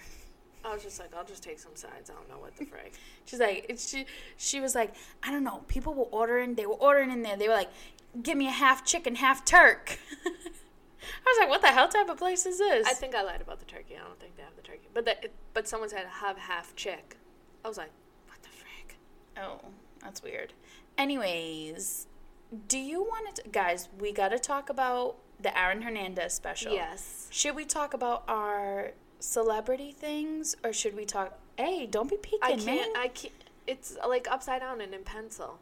Speaker 2: I was just like, I'll just take some sides. I don't know what the frick.
Speaker 1: She's like, it's- she she was like, I don't know. People were ordering. They were ordering in there. They were like, give me a half chicken, half turk. I was like, what the hell type of place is this?
Speaker 2: I think I lied about the turkey. I don't think they have the turkey. But that, but someone said have half chick. I was like, what the frick?
Speaker 1: Oh, that's weird. Anyways, do you want to, guys? We gotta talk about the Aaron Hernandez special.
Speaker 2: Yes.
Speaker 1: Should we talk about our celebrity things, or should we talk? Hey, don't be peeking,
Speaker 2: I can't.
Speaker 1: man.
Speaker 2: I can't. It's like upside down and in pencil.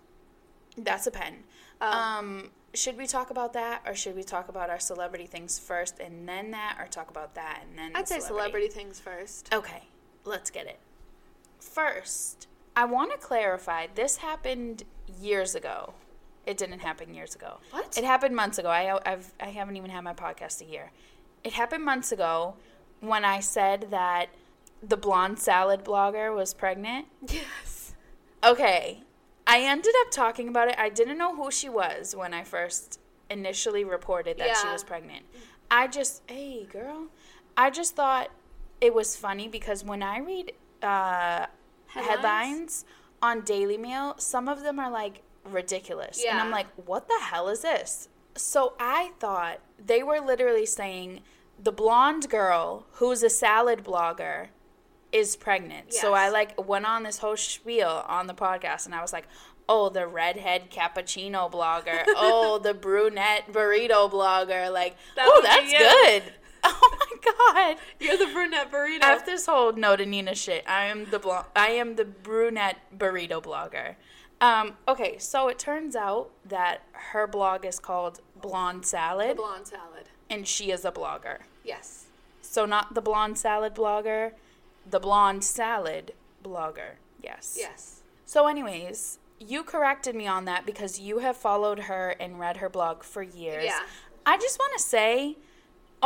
Speaker 1: That's a pen.
Speaker 2: Oh.
Speaker 1: Um, should we talk about that, or should we talk about our celebrity things first and then that, or talk about that and then? the
Speaker 2: I'd say celebrity things first.
Speaker 1: Okay, let's get it. First, I want to clarify this happened years ago. It didn't happen years ago.
Speaker 2: What?
Speaker 1: It happened months ago. I, I've, I haven't even had my podcast a year. It happened months ago when I said that the blonde salad blogger was pregnant.
Speaker 2: Yes.
Speaker 1: Okay, I ended up talking about it. I didn't know who she was when I first initially reported that she
Speaker 2: Yeah.
Speaker 1: was pregnant. I just, hey, girl, I just thought it was funny because when I read uh, headlines? on Daily Mail, some of them are like ridiculous. And I'm
Speaker 2: Yeah.
Speaker 1: like, what the hell is this? So I thought they were literally saying the blonde girl who's a salad blogger is pregnant. So I
Speaker 2: Yes.
Speaker 1: like went on this whole spiel on the podcast and I was like, oh, the redhead cappuccino blogger. oh, the brunette burrito blogger. Like,
Speaker 2: That
Speaker 1: oh,
Speaker 2: would be
Speaker 1: that's
Speaker 2: you.
Speaker 1: good. Oh my god.
Speaker 2: You're the brunette burrito.
Speaker 1: After this whole no to Nina shit, I am the blo- I am the brunette burrito blogger. Um, okay, so it turns out that her blog is called Blonde
Speaker 2: the
Speaker 1: Salad,
Speaker 2: blonde salad.
Speaker 1: and she is a blogger.
Speaker 2: Yes.
Speaker 1: So not the blonde salad blogger, the blonde salad blogger. Yes.
Speaker 2: Yes.
Speaker 1: So, anyways, you corrected me on that because you have followed her and read her blog for years.
Speaker 2: Yeah.
Speaker 1: I just want to say,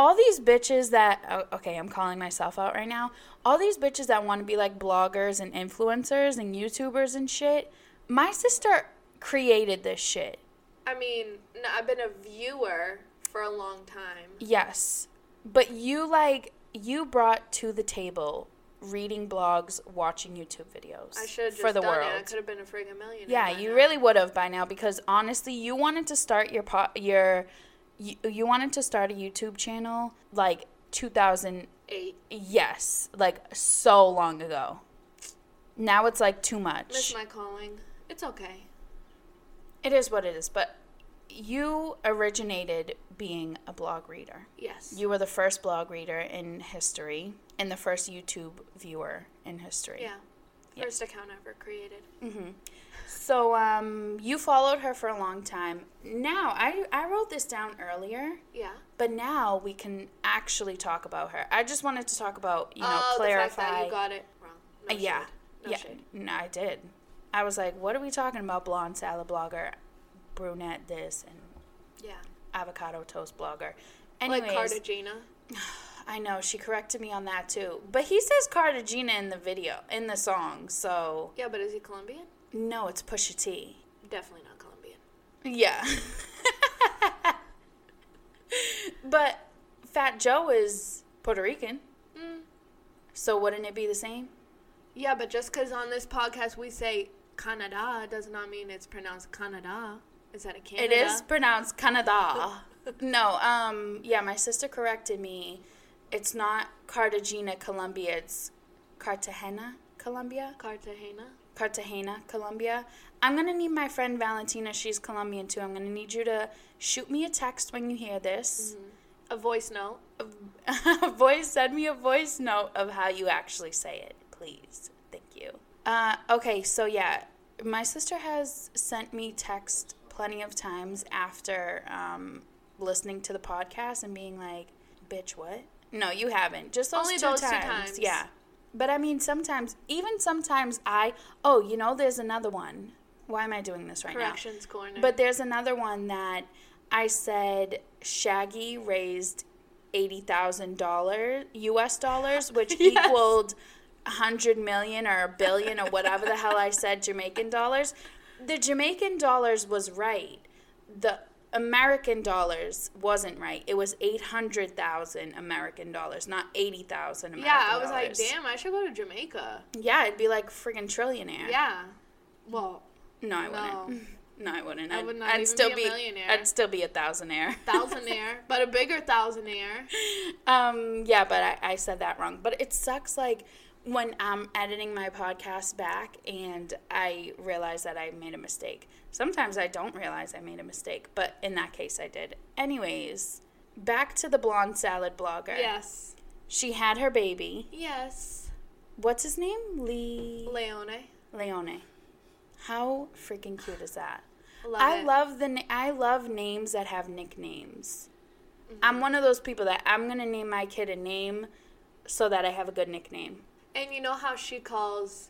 Speaker 1: all these bitches that oh, okay, I'm calling myself out right now. All these bitches that want to be like bloggers and influencers and YouTubers and shit. My sister created this shit.
Speaker 2: I mean, no, I've been a viewer for a long time.
Speaker 1: Yes. But you like you brought to the table reading blogs, watching YouTube videos
Speaker 2: I should have just
Speaker 1: for the
Speaker 2: done
Speaker 1: world.
Speaker 2: it. I could have been a friggin' millionaire.
Speaker 1: Yeah,
Speaker 2: by
Speaker 1: you
Speaker 2: now.
Speaker 1: really would have by now because honestly, you wanted to start your po- your you, you wanted to start a YouTube channel like 2000
Speaker 2: Eight.
Speaker 1: yes, like so long ago. Now it's like too
Speaker 2: Miss
Speaker 1: much.
Speaker 2: my calling. It's okay.
Speaker 1: it is what it is, but you originated being a blog reader.
Speaker 2: Yes.
Speaker 1: You were the first blog reader in history and the first YouTube viewer in history.
Speaker 2: Yeah.
Speaker 1: Yeah.
Speaker 2: First account ever created.
Speaker 1: So um, you followed her for a long time. Now I I wrote this down earlier.
Speaker 2: Yeah.
Speaker 1: But now we can actually talk about her. I just wanted to talk about, you know,
Speaker 2: oh, the fact
Speaker 1: clarify.
Speaker 2: that you got it wrong. No
Speaker 1: Uh, yeah.
Speaker 2: shade. No
Speaker 1: yeah.
Speaker 2: shade.
Speaker 1: No, I did. I was like, what are we talking about? Blonde salad blogger, brunette this, and
Speaker 2: Yeah.
Speaker 1: avocado toast blogger. Anyways,
Speaker 2: Like Cartagena.
Speaker 1: I know she corrected me on that too. But he says Cartagena in the video, in the song. So
Speaker 2: Yeah, but is he Colombian?
Speaker 1: no, it's Pusha T.
Speaker 2: Definitely not Colombian.
Speaker 1: Yeah. but Fat Joe is Puerto Rican.
Speaker 2: Mm.
Speaker 1: So wouldn't it be the same?
Speaker 2: Yeah, but just because on this podcast we say Canada does not mean it's pronounced Canada. Is that a Canada?
Speaker 1: It is pronounced Canada. no, um, yeah, my sister corrected me. It's not Cartagena, Colombia. It's Cartagena, Colombia.
Speaker 2: Cartagena.
Speaker 1: Cartagena, Colombia. I'm gonna need my friend Valentina. She's Colombian too. I'm gonna need you to shoot me a text when you hear this.
Speaker 2: A voice note.
Speaker 1: A voice. Send me a voice note of how you actually say it, please. Thank you. Uh, okay, so yeah, my sister has sent me text plenty of times after um, listening to the podcast and being like, "Bitch, what?" No, you haven't. Just those,
Speaker 2: Only
Speaker 1: two,
Speaker 2: those two
Speaker 1: times.
Speaker 2: times.
Speaker 1: Yeah, but I mean, sometimes, even sometimes, I oh, you know, there's another one. Why am I doing this right now?
Speaker 2: Corrections corner.
Speaker 1: But there's another one that I said Shaggy raised eighty thousand dollars US dollars, which
Speaker 2: Yes.
Speaker 1: equaled a hundred million or a billion or whatever the hell I said Jamaican dollars. The Jamaican dollars was right. The American dollars wasn't right. It was eight hundred thousand American dollars, not eighty thousand American
Speaker 2: yeah, I was like,
Speaker 1: dollars.
Speaker 2: damn, I should go to Jamaica.
Speaker 1: Yeah, it'd be like friggin' trillionaire.
Speaker 2: Yeah. Well,
Speaker 1: No, I
Speaker 2: no.
Speaker 1: wouldn't. No, I wouldn't.
Speaker 2: I
Speaker 1: I'd,
Speaker 2: would not
Speaker 1: I'd
Speaker 2: even
Speaker 1: still
Speaker 2: be a millionaire.
Speaker 1: I'd still be a thousandaire.
Speaker 2: Thousandaire, but a bigger thousandaire.
Speaker 1: um, yeah, but I, I said that wrong. But it sucks like when I'm editing my podcast back and I realize that I made a mistake. Sometimes I don't realize I made a mistake, but in that case I did. Anyways, back to the blonde salad blogger.
Speaker 2: Yes.
Speaker 1: She had her baby.
Speaker 2: Yes.
Speaker 1: What's his name? Lee
Speaker 2: Leone.
Speaker 1: Leone. How freaking cute is that?
Speaker 2: Love
Speaker 1: I
Speaker 2: it.
Speaker 1: love the na- I love names that have nicknames.
Speaker 2: Mm-hmm.
Speaker 1: I'm one of those people that I'm gonna name my kid a name so that I have a good nickname.
Speaker 2: And you know how she calls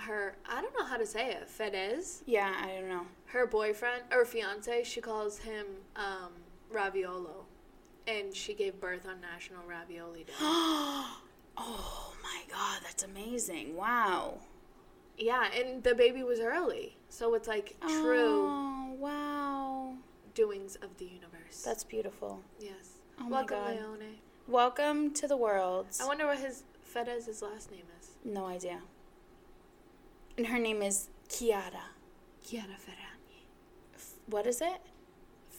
Speaker 2: her, I don't know how to say it, Fedez?
Speaker 1: Yeah, I don't know.
Speaker 2: Her boyfriend or fiance, she calls him um, Raviolo. And she gave birth on National Ravioli Day.
Speaker 1: Oh my god, that's amazing! Wow.
Speaker 2: yeah, and the baby was early. So it's like true
Speaker 1: Oh wow,
Speaker 2: doings of the universe.
Speaker 1: that's beautiful.
Speaker 2: yes.
Speaker 1: Oh my
Speaker 2: Welcome,
Speaker 1: God.
Speaker 2: Leone.
Speaker 1: Welcome to the world.
Speaker 2: I wonder what his Fedez's last name is.
Speaker 1: no idea. And her name is Kiara.
Speaker 2: Chiara Ferragni.
Speaker 1: What is it?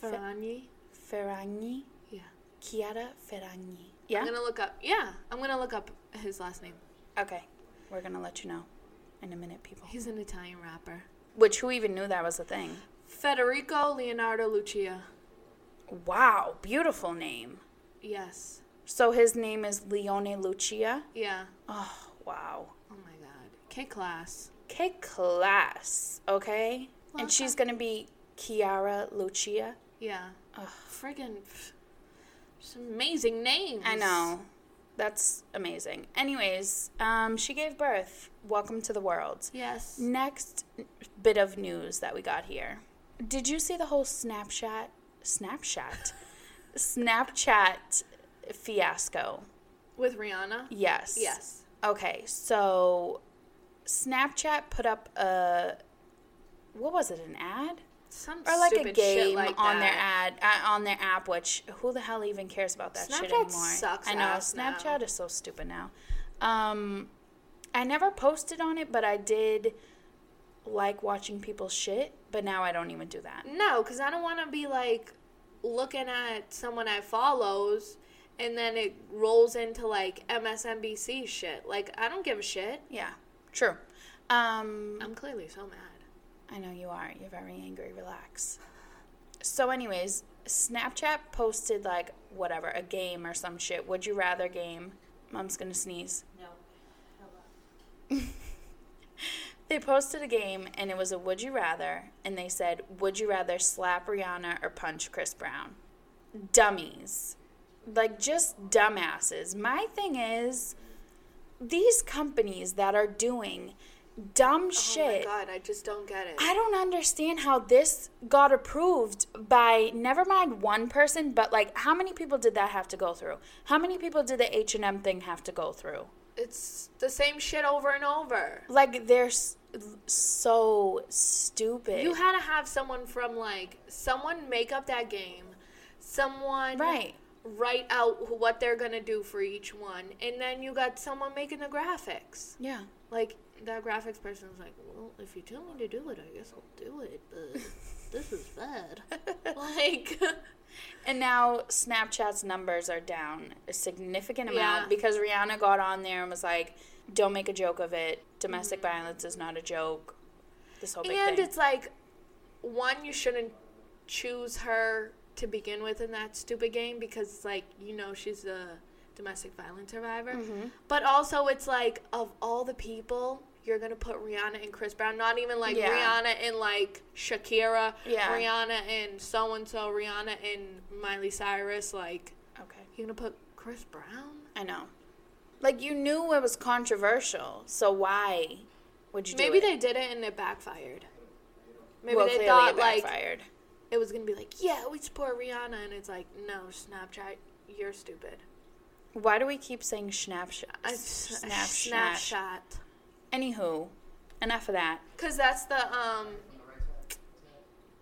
Speaker 2: Ferragni?
Speaker 1: Ferragni.
Speaker 2: Yeah.
Speaker 1: Kiara Ferragni. Yeah.
Speaker 2: I'm gonna look up. Yeah, I'm gonna look up his last name.
Speaker 1: Okay, we're gonna let you know in a minute, people.
Speaker 2: He's an Italian rapper.
Speaker 1: Which who even knew that was a thing?
Speaker 2: Federico Leonardo Lucia.
Speaker 1: Wow, beautiful name.
Speaker 2: Yes.
Speaker 1: So his name is Leone Lucia.
Speaker 2: Yeah.
Speaker 1: Oh, wow.
Speaker 2: Oh my God. K class.
Speaker 1: K class, okay?
Speaker 2: Well,
Speaker 1: And she's gonna be Chiara Lucia.
Speaker 2: Yeah. Friggin' pff, just amazing names.
Speaker 1: I know. That's amazing. Anyways, um, she gave birth. Welcome to the world.
Speaker 2: Yes.
Speaker 1: Next bit of news that we got here. Did you see the whole Snapchat? Snapchat? Snapchat fiasco.
Speaker 2: With Rihanna?
Speaker 1: Yes.
Speaker 2: Yes.
Speaker 1: Okay, so Snapchat put up a what was it? An ad
Speaker 2: Some
Speaker 1: or like
Speaker 2: stupid
Speaker 1: a game
Speaker 2: shit like
Speaker 1: on their
Speaker 2: that.
Speaker 1: ad uh, on their app? Which who the hell even cares about that shit
Speaker 2: Snapchat
Speaker 1: anymore?
Speaker 2: sucks
Speaker 1: I know
Speaker 2: ass now.
Speaker 1: Snapchat is so stupid now. Um, I never posted on it, but I did like watching people shit. But now I don't even do that.
Speaker 2: No, because I don't want to be like looking at someone I follows and then it rolls into like MSNBC shit. Like, I don't give a shit.
Speaker 1: Yeah, true. Um,
Speaker 2: I'm clearly so mad. Oh
Speaker 1: I know you are. You're very angry. Relax. So, anyways, Snapchat posted like whatever, a game or some shit. Would you rather game? Mom's gonna sneeze.
Speaker 3: No. Hello.
Speaker 1: They posted a game and it was a would you rather, and they said, Would you rather slap Rihanna or punch Chris Brown? Dummies. Like just dumbasses. My thing is these companies that are doing dumb shit.
Speaker 2: Oh my god, I just don't get it.
Speaker 1: I don't understand how this got approved by never mind one person, but like how many people did that have to go through? How many people did the H and M thing have to go through?
Speaker 2: it's the same shit over and over.
Speaker 1: Like they're s- so stupid.
Speaker 2: You had to have someone from like someone make up that game, someone
Speaker 1: right.
Speaker 2: write out wh- what they're gonna do for each one, and then you got someone making the graphics.
Speaker 1: Yeah.
Speaker 2: Like that graphics person was like, "Well, if you tell me to do it, I guess I'll do it." But this is bad. like,
Speaker 1: And now Snapchat's numbers are down a significant amount
Speaker 2: Yeah.
Speaker 1: because Rihanna got on there and was like, "Don't make a joke of it. Domestic violence is not a joke." This whole big
Speaker 2: Mm-hmm. and
Speaker 1: thing.
Speaker 2: it's like, one, you shouldn't choose her to begin with in that stupid game because, like, you know, she's a domestic violence survivor.
Speaker 1: Mm-hmm.
Speaker 2: But also, it's like, of all the people. You're gonna put Rihanna and Chris Brown, not even like
Speaker 1: Yeah.
Speaker 2: Rihanna and like Shakira,
Speaker 1: Yeah.
Speaker 2: Rihanna and so and so, Rihanna and Miley Cyrus. Like,
Speaker 1: okay.
Speaker 2: you're gonna put Chris Brown?
Speaker 1: I know. Like you knew it was controversial, so why would you do
Speaker 2: Maybe
Speaker 1: it?
Speaker 2: they did it and it backfired. Maybe
Speaker 1: well,
Speaker 2: they
Speaker 1: clearly
Speaker 2: thought
Speaker 1: it
Speaker 2: like
Speaker 1: backfired.
Speaker 2: it was gonna be like, yeah, we support Rihanna, and it's like, no, Snapchat, you're stupid.
Speaker 1: Why do we keep saying Snapchat?
Speaker 2: I, uh,
Speaker 1: Snapchat.
Speaker 2: Snapchat,
Speaker 1: Anywho, enough of that.
Speaker 2: because that's the um,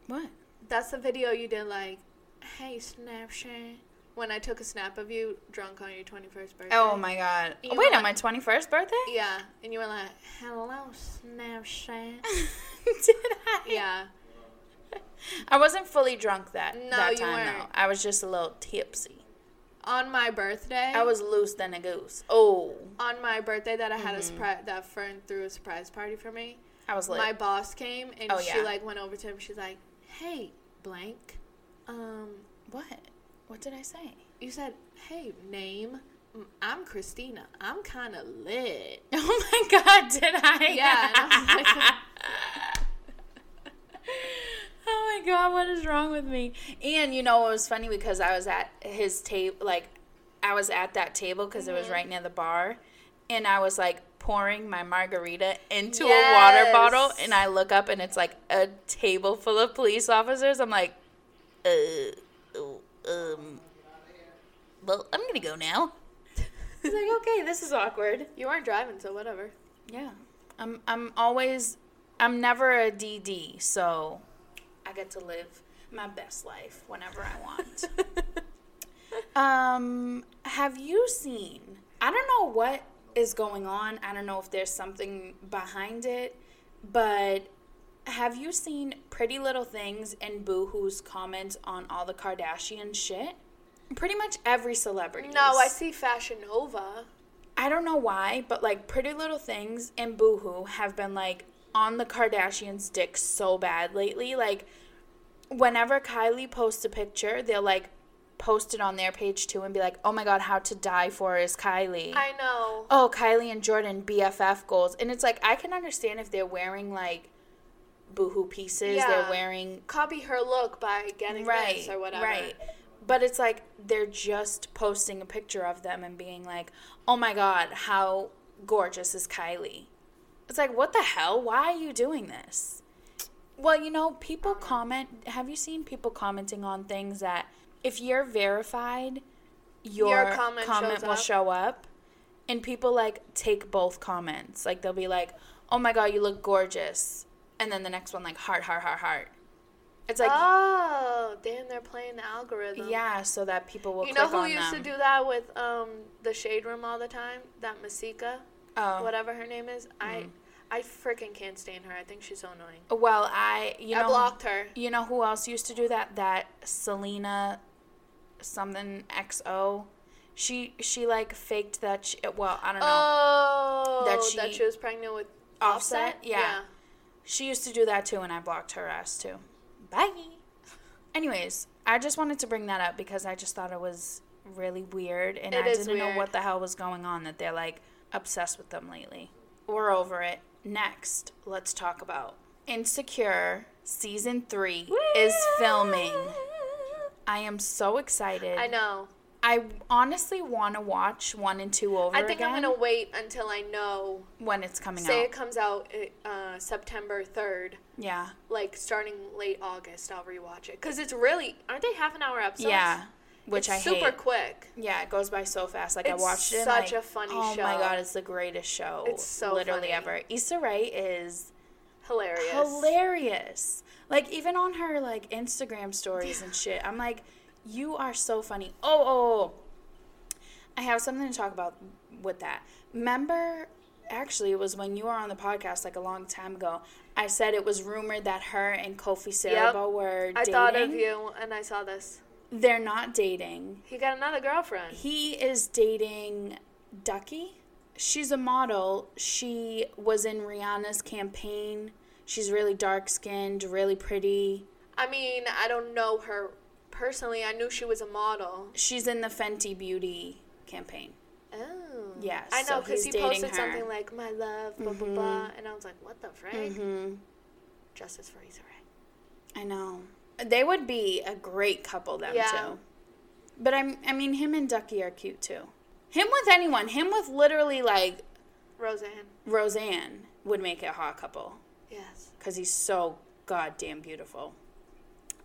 Speaker 1: What?
Speaker 2: that's the video you did like, hey Snapchat, when I took a snap of you drunk on your twenty first birthday.
Speaker 1: Oh my god.
Speaker 2: You
Speaker 1: Oh, wait,
Speaker 2: know
Speaker 1: on my 21st birthday?
Speaker 2: Yeah, and you were like, hello Snapchat.
Speaker 1: Did I?
Speaker 2: yeah,
Speaker 1: I wasn't fully drunk that,
Speaker 2: No,
Speaker 1: that
Speaker 2: you
Speaker 1: time, though.
Speaker 2: weren't.
Speaker 1: I was just a little tipsy.
Speaker 2: on my birthday.
Speaker 1: I was loose than a goose. Oh,
Speaker 2: on my birthday that I had a surprise that friend threw a surprise party for me.
Speaker 1: I was Mm-hmm. lit.
Speaker 2: My boss came and
Speaker 1: Oh,
Speaker 2: she
Speaker 1: yeah.
Speaker 2: like went over to him. She's like, "Hey, blank, um,
Speaker 1: what? What did I say?
Speaker 2: you said, hey, name, Mm, I'm Christina. I'm kind of lit."
Speaker 1: Oh my god, did I?
Speaker 2: Yeah, and I
Speaker 1: oh my god, what is wrong with me? And you know, it was funny because I was at his table, like, I was at that table because it was right near the bar, and I was like pouring my margarita into a water
Speaker 2: Yes.
Speaker 1: bottle, and I look up and it's like a table full of police officers. I'm like, uh, uh, um, well, I'm gonna go now. He's like, okay, this is awkward.
Speaker 2: You weren't driving, so whatever.
Speaker 1: Yeah. I'm I'm always I'm never a DD, so I get to live my best life whenever I want. um have you seen I don't know what is going on. I don't know if there's something behind it, but have you seen Pretty Little Things and Boohoo's comments on all the Kardashian shit? Pretty much every celebrity.
Speaker 2: no, I see Fashion Nova.
Speaker 1: I don't know why, but like Pretty Little Things and Boohoo have been like on the Kardashians' dick so bad lately. Like, whenever Kylie posts a picture, they'll like post it on their page too and be like, oh my god, how to die for is Kylie.
Speaker 2: I know.
Speaker 1: oh, Kylie and Jordan BFF goals. And it's like, I can understand if they're wearing like Boohoo pieces, they're
Speaker 2: Yeah.
Speaker 1: wearing
Speaker 2: Copy her look by getting
Speaker 1: right
Speaker 2: this or whatever.
Speaker 1: right but it's like they're just posting a picture of them and being like oh my god how gorgeous is kylie it's like what the hell why are you doing this well you know people comment have you seen people commenting on things that if you're verified your,
Speaker 2: Your
Speaker 1: comment,
Speaker 2: comment shows
Speaker 1: will
Speaker 2: up.
Speaker 1: show up, and people like take both comments. Like they'll be like, "Oh my god, you look gorgeous," and then the next one like heart, heart, heart, heart. It's like
Speaker 2: oh, damn, they're playing the algorithm.
Speaker 1: yeah, so that people will.
Speaker 2: you
Speaker 1: click
Speaker 2: know who
Speaker 1: on
Speaker 2: used
Speaker 1: them.
Speaker 2: to do that with um the shade room all the time? That Masika,
Speaker 1: Oh. Mm-hmm.
Speaker 2: whatever her name is. I I freaking can't stand her. I think she's so annoying.
Speaker 1: Well, I you know
Speaker 2: I blocked her.
Speaker 1: You know who else used to do that? That Selena, something XO. She she like faked that. She, well, I don't know.
Speaker 2: Oh,
Speaker 1: That
Speaker 2: that
Speaker 1: she-
Speaker 2: she, was pregnant with
Speaker 1: Offset?
Speaker 2: Offset.
Speaker 1: Yeah. She used to do that too, and I blocked her ass too. Bye. Anyways, I just wanted to bring that up because I just thought it was really weird, and
Speaker 2: It
Speaker 1: I
Speaker 2: is
Speaker 1: didn't know
Speaker 2: weird.
Speaker 1: what the hell was going on that they're like obsessed with them lately. We're over it. Next, let's talk about Insecure season three is filming. I am so excited.
Speaker 2: I know.
Speaker 1: I honestly want to watch one and two over
Speaker 2: I think
Speaker 1: again
Speaker 2: I'm gonna wait until I know.
Speaker 1: when it's coming
Speaker 2: Say it
Speaker 1: out.
Speaker 2: comes out uh, September third,
Speaker 1: Yeah,
Speaker 2: like starting late August. I'll rewatch it because it's really aren't they half an hour episodes?
Speaker 1: yeah, which I
Speaker 2: it's super
Speaker 1: hate.
Speaker 2: quick.
Speaker 1: Yeah, it goes by so fast. Like I
Speaker 2: It's
Speaker 1: watched it. and,
Speaker 2: such
Speaker 1: like,
Speaker 2: a funny
Speaker 1: oh my
Speaker 2: show.
Speaker 1: god, it's the greatest show.
Speaker 2: It's so
Speaker 1: literally
Speaker 2: funny.
Speaker 1: ever. Issa Rae is
Speaker 2: Hilarious.
Speaker 1: hilarious. Like even on her like Instagram stories and shit, I'm like, you are so funny. Oh, oh, oh. I have something to talk about with that. Remember, actually, it was when you were on the podcast like a long time ago. I said it was rumored that her and Kofi Cerebo were
Speaker 2: I
Speaker 1: dating.
Speaker 2: thought of you and I saw this.
Speaker 1: They're not dating.
Speaker 2: He got another girlfriend.
Speaker 1: He is dating Ducky. She's a model. She was in Rihanna's campaign. She's really dark skinned, really pretty.
Speaker 2: I mean, I don't know her personally. I knew she was a model.
Speaker 1: She's in the Fenty Beauty campaign.
Speaker 2: Oh.
Speaker 1: Yeah,
Speaker 2: I
Speaker 1: so
Speaker 2: know because
Speaker 1: he's
Speaker 2: he
Speaker 1: dating
Speaker 2: posted
Speaker 1: her. Mm-hmm.
Speaker 2: something like "My love," blah blah blah, and I was like, "What the frick?" Justice for Issa Rae.
Speaker 1: I know. They would be a great couple, them
Speaker 2: Yeah.
Speaker 1: two. But I'm, I mean, him and Ducky are cute too. Him with anyone, him with literally like
Speaker 2: Roseanne.
Speaker 1: Roseanne would make it a hot couple.
Speaker 2: Yes.
Speaker 1: because he's so goddamn beautiful.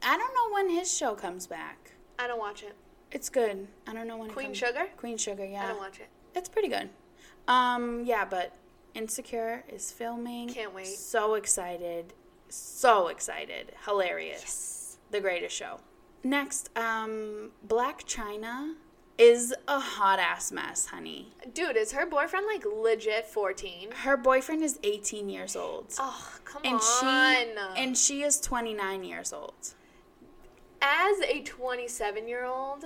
Speaker 1: I don't know when his show comes back.
Speaker 2: I don't watch it.
Speaker 1: It's good. I don't know when. it
Speaker 2: Queen
Speaker 1: comes-
Speaker 2: Sugar.
Speaker 1: Queen Sugar,
Speaker 2: I
Speaker 1: yeah.
Speaker 2: don't watch it.
Speaker 1: It's pretty good. Um, yeah, but Insecure is filming.
Speaker 2: Can't wait.
Speaker 1: So excited. So excited. Hilarious. The greatest show. Next, um, Black China is a hot ass mess, honey.
Speaker 2: Dude, is her boyfriend like legit fourteen?
Speaker 1: Her boyfriend is 18 years old.
Speaker 2: Oh come
Speaker 1: and
Speaker 2: on!
Speaker 1: she and she is 29 years old.
Speaker 2: as a twenty-seven-year-old,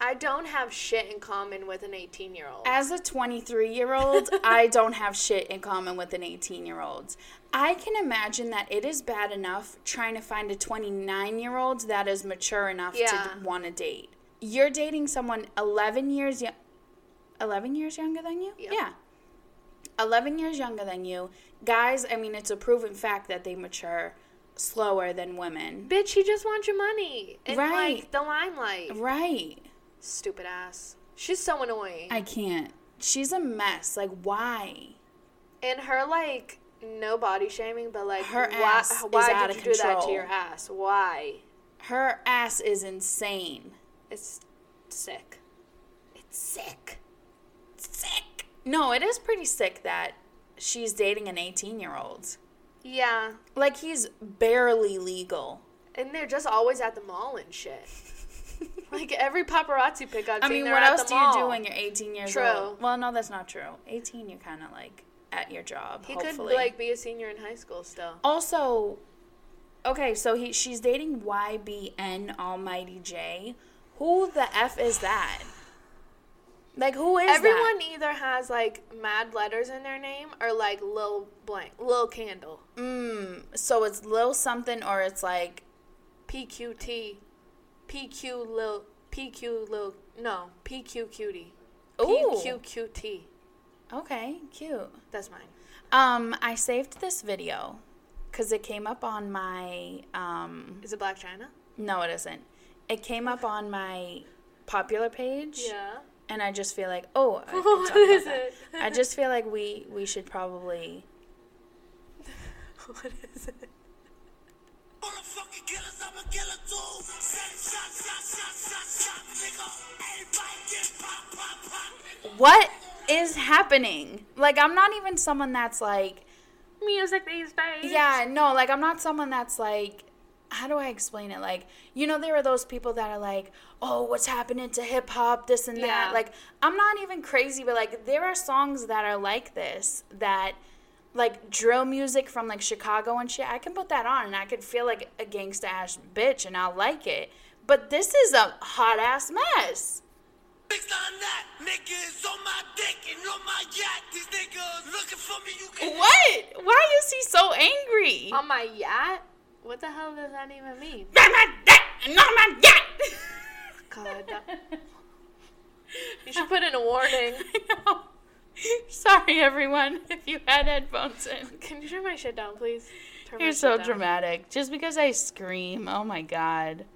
Speaker 2: I don't have shit in common with an eighteen-year-old.
Speaker 1: As a 23 year old, I don't have shit in common with an 18 year old. I can imagine that it is bad enough trying to find a 29 year old that is mature enough
Speaker 2: Yeah.
Speaker 1: to want to date. You're dating someone 11 years young. 11 years younger than you?
Speaker 2: Yeah.
Speaker 1: Yeah. 11 years younger than you. Guys, I mean, it's a proven fact that they mature slower than women.
Speaker 2: Bitch, he just wants your money and
Speaker 1: Right.
Speaker 2: like the limelight.
Speaker 1: Right.
Speaker 2: Stupid ass. She's so annoying.
Speaker 1: I can't. She's a mess. Like, why?
Speaker 2: And her like no body shaming, but like
Speaker 1: Her
Speaker 2: why,
Speaker 1: ass
Speaker 2: why
Speaker 1: is
Speaker 2: did
Speaker 1: out of
Speaker 2: you do that
Speaker 1: control.
Speaker 2: to your ass? Why?
Speaker 1: Her ass is insane.
Speaker 2: It's sick. It's sick.
Speaker 1: sick. No, it is pretty sick that she's dating an 18 year old.
Speaker 2: Yeah.
Speaker 1: Like, he's barely legal.
Speaker 2: And they're just always at the mall and shit. like every paparazzi pickup.
Speaker 1: I mean, what else do you do when you're 18 years
Speaker 2: True.
Speaker 1: old? Well, no, that's not true. 18, you're kind of like at your job.
Speaker 2: He
Speaker 1: hopefully.
Speaker 2: could like be a senior in high school still.
Speaker 1: Also, okay, so he she's dating YBN Almighty J. Who the f is that? Like, who is
Speaker 2: Everyone
Speaker 1: that?
Speaker 2: either has like mad letters in their name or like Lil blank, Lil Candle,
Speaker 1: Mm, so it's Lil something, or it's like
Speaker 2: PQT, PQ Lil, PQ Lil, no, PQ Cutie,
Speaker 1: ooh,
Speaker 2: PQQT.
Speaker 1: okay, cute.
Speaker 2: That's mine.
Speaker 1: Um, I saved this video because it came up on my um
Speaker 2: Is it Black China?
Speaker 1: no it isn't. It came up on my popular page
Speaker 2: Yeah.
Speaker 1: and I just feel like oh I could
Speaker 2: What
Speaker 1: talk about
Speaker 2: is
Speaker 1: that.
Speaker 2: it?
Speaker 1: I just feel like we we should probably
Speaker 2: what is it?
Speaker 4: Motherfucker, Killers, I'm a killer too. Set shot, shot, shot, shot, shot, nigga. Everybody get pop, pop, pop, nigga.
Speaker 1: What is happening? Like, I'm not even someone that's like,
Speaker 2: Music these days.
Speaker 1: yeah, no, like, I'm not someone that's like, how do I explain it? Like, you know, there are those people that are like, oh, what's happening to hip hop, this and that.
Speaker 2: Yeah.
Speaker 1: Like, I'm not even crazy, but like, there are songs that are like this that, like, drill music from like Chicago and shit. I can put that on and I could feel like a gangsta ass bitch and I'll like it. But this is a hot ass mess.
Speaker 4: Fix on that. Niggas on my dick and on my yacht. These niggas looking for me. You can
Speaker 1: What? Why is he so angry?
Speaker 2: On my yacht? What the hell does that even
Speaker 1: Um,
Speaker 2: mean?
Speaker 1: Not my dick and not my yacht.
Speaker 2: God. that- you should put in a warning.
Speaker 1: I know. Sorry, everyone, if you had headphones in.
Speaker 2: Can you turn my shit down, please? Turn my
Speaker 1: You're
Speaker 2: shit
Speaker 1: so
Speaker 2: down.
Speaker 1: dramatic. Just because I scream, oh my god.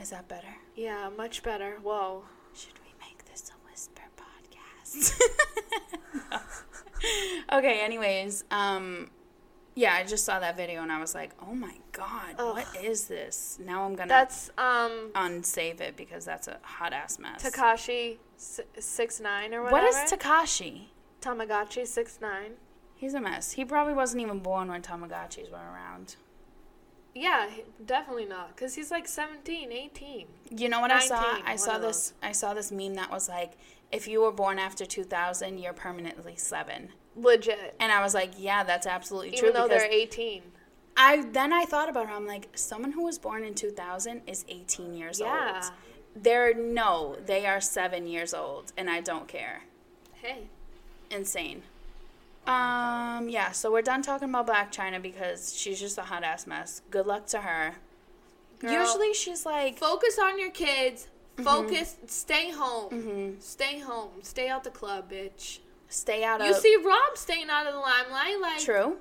Speaker 1: Is that better?
Speaker 2: Yeah, much better. Whoa.
Speaker 1: Should we make this a whisper podcast? No. Okay, anyways, um yeah, I just saw that video and I was like, "Oh my god, what is this?" Now I'm going to
Speaker 2: That's um
Speaker 1: unsave it because that's a hot ass mess.
Speaker 2: Takashi six nine or
Speaker 1: What
Speaker 2: whatever.
Speaker 1: is Takashi?
Speaker 2: Tamagotchi six nine?
Speaker 1: He's a mess. He probably wasn't even born when Tamagotchis were around.
Speaker 2: Yeah, he- definitely not. Cause he's like 17, 18.
Speaker 1: You know what I saw?
Speaker 2: 19,
Speaker 1: I
Speaker 2: one
Speaker 1: saw
Speaker 2: of
Speaker 1: this. I saw this meme that was like, "If you were born after 2000, you're permanently seven.
Speaker 2: Legit.
Speaker 1: And I was like, "Yeah, that's absolutely
Speaker 2: Even
Speaker 1: true."
Speaker 2: though
Speaker 1: Because
Speaker 2: they're 18.
Speaker 1: I then I thought about it. I'm like, someone who was born in 2000 is 18 years
Speaker 2: Yeah.
Speaker 1: old. They're no, they are seven years old, and I don't care.
Speaker 2: Hey.
Speaker 1: Insane. Um, yeah. So we're done talking about Black China because she's just a hot ass mess. Good luck to her.
Speaker 2: Girl.
Speaker 1: Usually she's like
Speaker 2: Focus on your kids.
Speaker 1: Mm-hmm.
Speaker 2: Focus. Stay home. Stay home. Stay out the club, bitch.
Speaker 1: stay out
Speaker 2: You
Speaker 1: of
Speaker 2: see Rob staying out of the limelight. Like,
Speaker 1: true.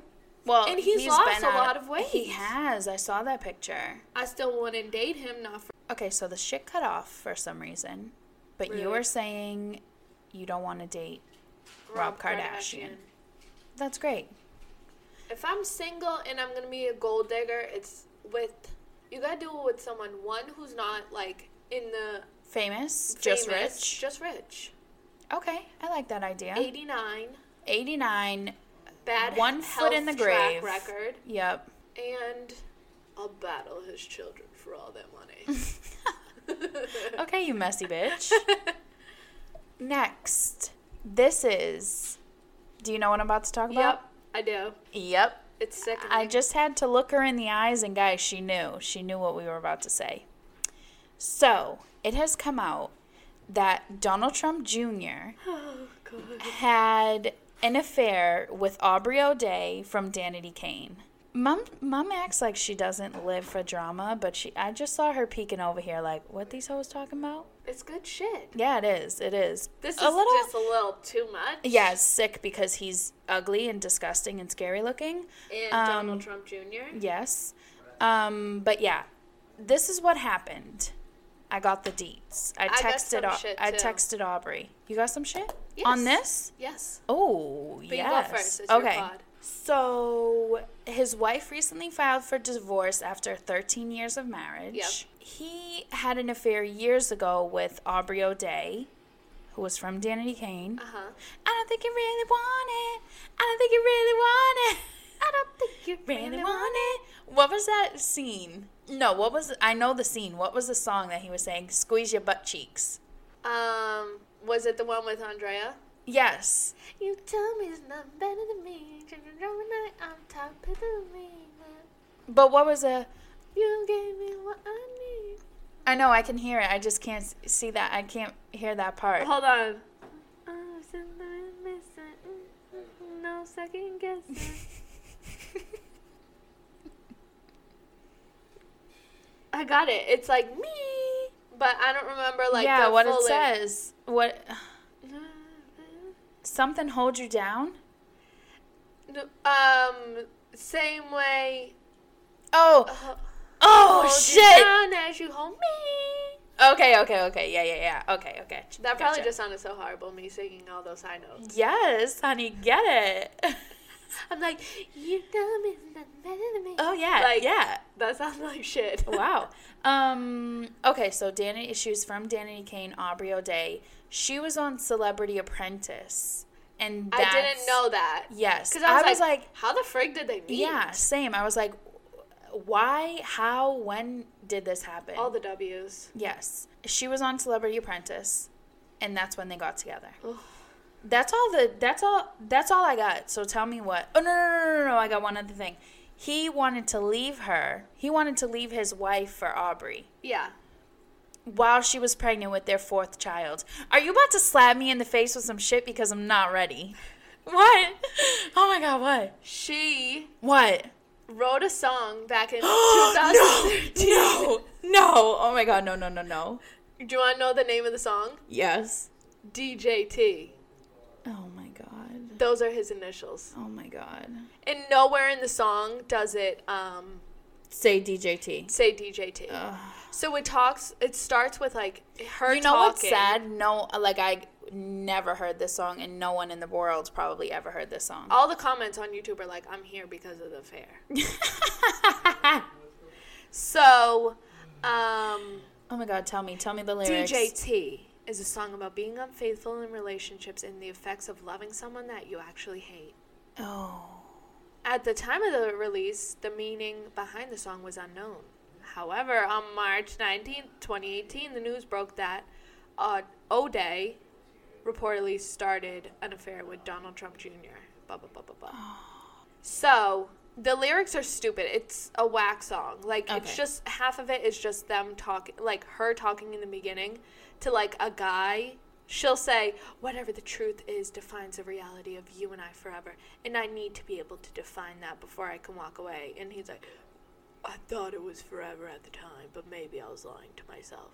Speaker 1: Well,
Speaker 2: And he's lost a
Speaker 1: out
Speaker 2: lot of weight.
Speaker 1: He has. I saw that picture.
Speaker 2: I still wouldn't date him. Not for.
Speaker 1: Okay, so the shit cut off for some reason, but you
Speaker 2: Really?
Speaker 1: were saying you don't want to date. Rob Kardashian. That's great.
Speaker 2: If I'm single and I'm gonna be a gold digger, it's with you gotta do it with someone one who's not like in the
Speaker 1: Famous, just
Speaker 2: famous,
Speaker 1: rich.
Speaker 2: just rich.
Speaker 1: Okay, I like that idea.
Speaker 2: Eighty nine,
Speaker 1: 89.
Speaker 2: bad
Speaker 1: One foot in the
Speaker 2: health track
Speaker 1: grave.
Speaker 2: record,
Speaker 1: Yep.
Speaker 2: and I'll battle his children for all that money.
Speaker 1: Okay, you messy bitch. Next. This is Do you know what I'm about to talk
Speaker 2: yep,
Speaker 1: about?
Speaker 2: I do.
Speaker 1: Yep.
Speaker 2: It's sick.
Speaker 1: I just had to look her in the eyes, and guys, she knew. She knew what we were about to say. So, it has come out that Donald Trump Jr.
Speaker 2: Oh god.
Speaker 1: had an affair with Aubrey O'Day from Danity Kane. Mom, mom acts like she doesn't live for drama, but she I just saw her peeking over here like, what these hoes talking about?
Speaker 2: It's good shit.
Speaker 1: Yeah, it is. It is.
Speaker 2: This is
Speaker 1: A little-
Speaker 2: just a little too much.
Speaker 1: Yeah, it's sick because he's ugly and disgusting and scary looking.
Speaker 2: And
Speaker 1: um,
Speaker 2: Donald Trump Jr.
Speaker 1: Yes. Um, but yeah, this is what happened. I got the deets. I
Speaker 2: got
Speaker 1: texted.
Speaker 2: some
Speaker 1: Au-
Speaker 2: shit,
Speaker 1: I
Speaker 2: too.
Speaker 1: texted Aubrey. You got some shit on
Speaker 2: Yes.
Speaker 1: this?
Speaker 2: Yes.
Speaker 1: Oh,
Speaker 2: But you go
Speaker 1: yes.
Speaker 2: first. It's your
Speaker 1: okay.
Speaker 2: pod.
Speaker 1: So his wife recently filed for divorce after 13 years of marriage.
Speaker 2: Yep.
Speaker 1: He had an affair years ago with Aubrey O'Day, who was from Danity Kane.
Speaker 2: Uh huh.
Speaker 1: I don't think you really want it. I don't think you really want it. I don't think you really, want it. What was that scene? No, what was I know the scene. What was the song that he was saying? Squeeze your butt cheeks.
Speaker 2: Um, was it the one with Andrea?
Speaker 1: Yes.
Speaker 2: You tell me it's not better than me. Drinking drama night, I'm top of the league.
Speaker 1: But what was a
Speaker 2: You gave me what I need.
Speaker 1: I know I can hear it. I just can't s- see that. I can't hear that part.
Speaker 2: Hold on. Oh, I was in my missing. No second guessing. I got it. It's like me, but I don't remember like
Speaker 1: yeah,
Speaker 2: the
Speaker 1: what
Speaker 2: full
Speaker 1: it says. What something hold you down?
Speaker 2: No, Um, same way.
Speaker 1: Oh,
Speaker 2: Oh,
Speaker 1: oh,
Speaker 2: hold you
Speaker 1: shit.
Speaker 2: down as you hold me.
Speaker 1: Okay, okay, okay. Yeah, yeah, yeah. Okay, okay.
Speaker 2: That probably
Speaker 1: Gotcha.
Speaker 2: just sounded so horrible, me singing all those high notes.
Speaker 1: Yes, honey, get it.
Speaker 2: I'm like, you know me, nothing better than me.
Speaker 1: Oh yeah,
Speaker 2: Like-
Speaker 1: yeah.
Speaker 2: That sounds like shit.
Speaker 1: Wow. Um. Okay, so Danny issues from Danny Kane, Aubrey O'Day. She was on Celebrity Apprentice, and
Speaker 2: I
Speaker 1: that's,
Speaker 2: didn't know that.
Speaker 1: Yes,
Speaker 2: Because I, was like, how the frig did they meet?
Speaker 1: yeah, same. I was like, why, how, when did this happen?
Speaker 2: All the W's.
Speaker 1: yes, she was on Celebrity Apprentice, and that's when they got together.
Speaker 2: Ugh.
Speaker 1: That's all the. That's all. That's all I got. So tell me what. Oh no no no no! no I got one other thing. He wanted to leave her. He wanted to leave his wife for Aubrey.
Speaker 2: Yeah.
Speaker 1: while she was pregnant with their fourth child. Are you about to slap me in the face with some shit because I'm not ready? What? Oh my god, what?
Speaker 2: She
Speaker 1: What?
Speaker 2: wrote a song back in
Speaker 1: no,
Speaker 2: 2013.
Speaker 1: no, no. Oh my god, no, no, no, no.
Speaker 2: Do you want to know the name of the song?
Speaker 1: Yes.
Speaker 2: DJT.
Speaker 1: Oh my god.
Speaker 2: Those are his initials.
Speaker 1: Oh my god.
Speaker 2: And nowhere in the song does it um,
Speaker 1: Say DJT.
Speaker 2: say DJT.
Speaker 1: Ugh.
Speaker 2: So it talks. It starts with like her.
Speaker 1: You know what's
Speaker 2: talking.
Speaker 1: sad? No, like I never heard this song, and no one in the world's probably ever heard this song.
Speaker 2: All the comments on YouTube are like, "I'm here because of the fair." So, um,
Speaker 1: oh my god, tell me, tell me the lyrics.
Speaker 2: DJT is a song about being unfaithful in relationships and the effects of loving someone that you actually hate.
Speaker 1: Oh.
Speaker 2: At the time of the release, the meaning behind the song was unknown. However, on March 19, 2018, the news broke that uh, O'Day reportedly started an affair with Donald Trump Jr. Blah, blah, blah, blah, blah. So, the lyrics are stupid. It's a whack song. Like,
Speaker 1: Okay.
Speaker 2: it's just half of it is just them talking, like her talking in the beginning to like a guy. She'll say, Whatever the truth is defines the reality of you and I forever. And I need to be able to define that before I can walk away. And he's like, I thought it was forever at the time, but maybe I was lying to myself.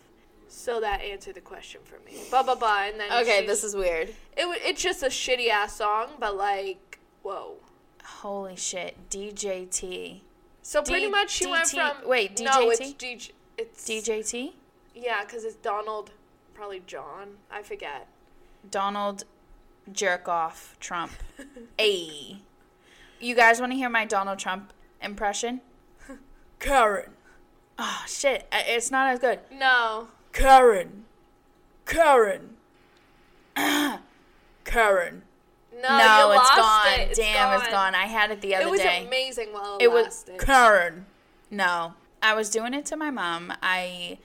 Speaker 2: So that answered the question for me. Blah blah blah. And then
Speaker 1: Okay,
Speaker 2: she's-
Speaker 1: this is weird.
Speaker 2: it. wa- It's just a shitty ass song, but like, whoa.
Speaker 1: Holy shit, DJT.
Speaker 2: So
Speaker 1: D-
Speaker 2: pretty much she went
Speaker 1: DT
Speaker 2: from
Speaker 1: wait,
Speaker 2: no, it's
Speaker 1: DJT?
Speaker 2: DJ. It's
Speaker 1: DJT?
Speaker 2: Yeah, because it's Donald, probably John. I forget.
Speaker 1: Donald Jerkoff Trump. A. You guys want to hear my Donald Trump impression? Karen. Oh, shit. I- It's not as good.
Speaker 2: No.
Speaker 1: Karen. Karen. Karen.
Speaker 2: No,
Speaker 1: No,
Speaker 2: Oh, you
Speaker 1: it's
Speaker 2: lost
Speaker 1: gone.
Speaker 2: It. It's
Speaker 1: Damn,
Speaker 2: gone.
Speaker 1: it's gone. I had it the other
Speaker 2: It was
Speaker 1: day.
Speaker 2: amazing while it,
Speaker 1: It was
Speaker 2: lasted.
Speaker 1: Karen. No. I was doing it to my mom. I.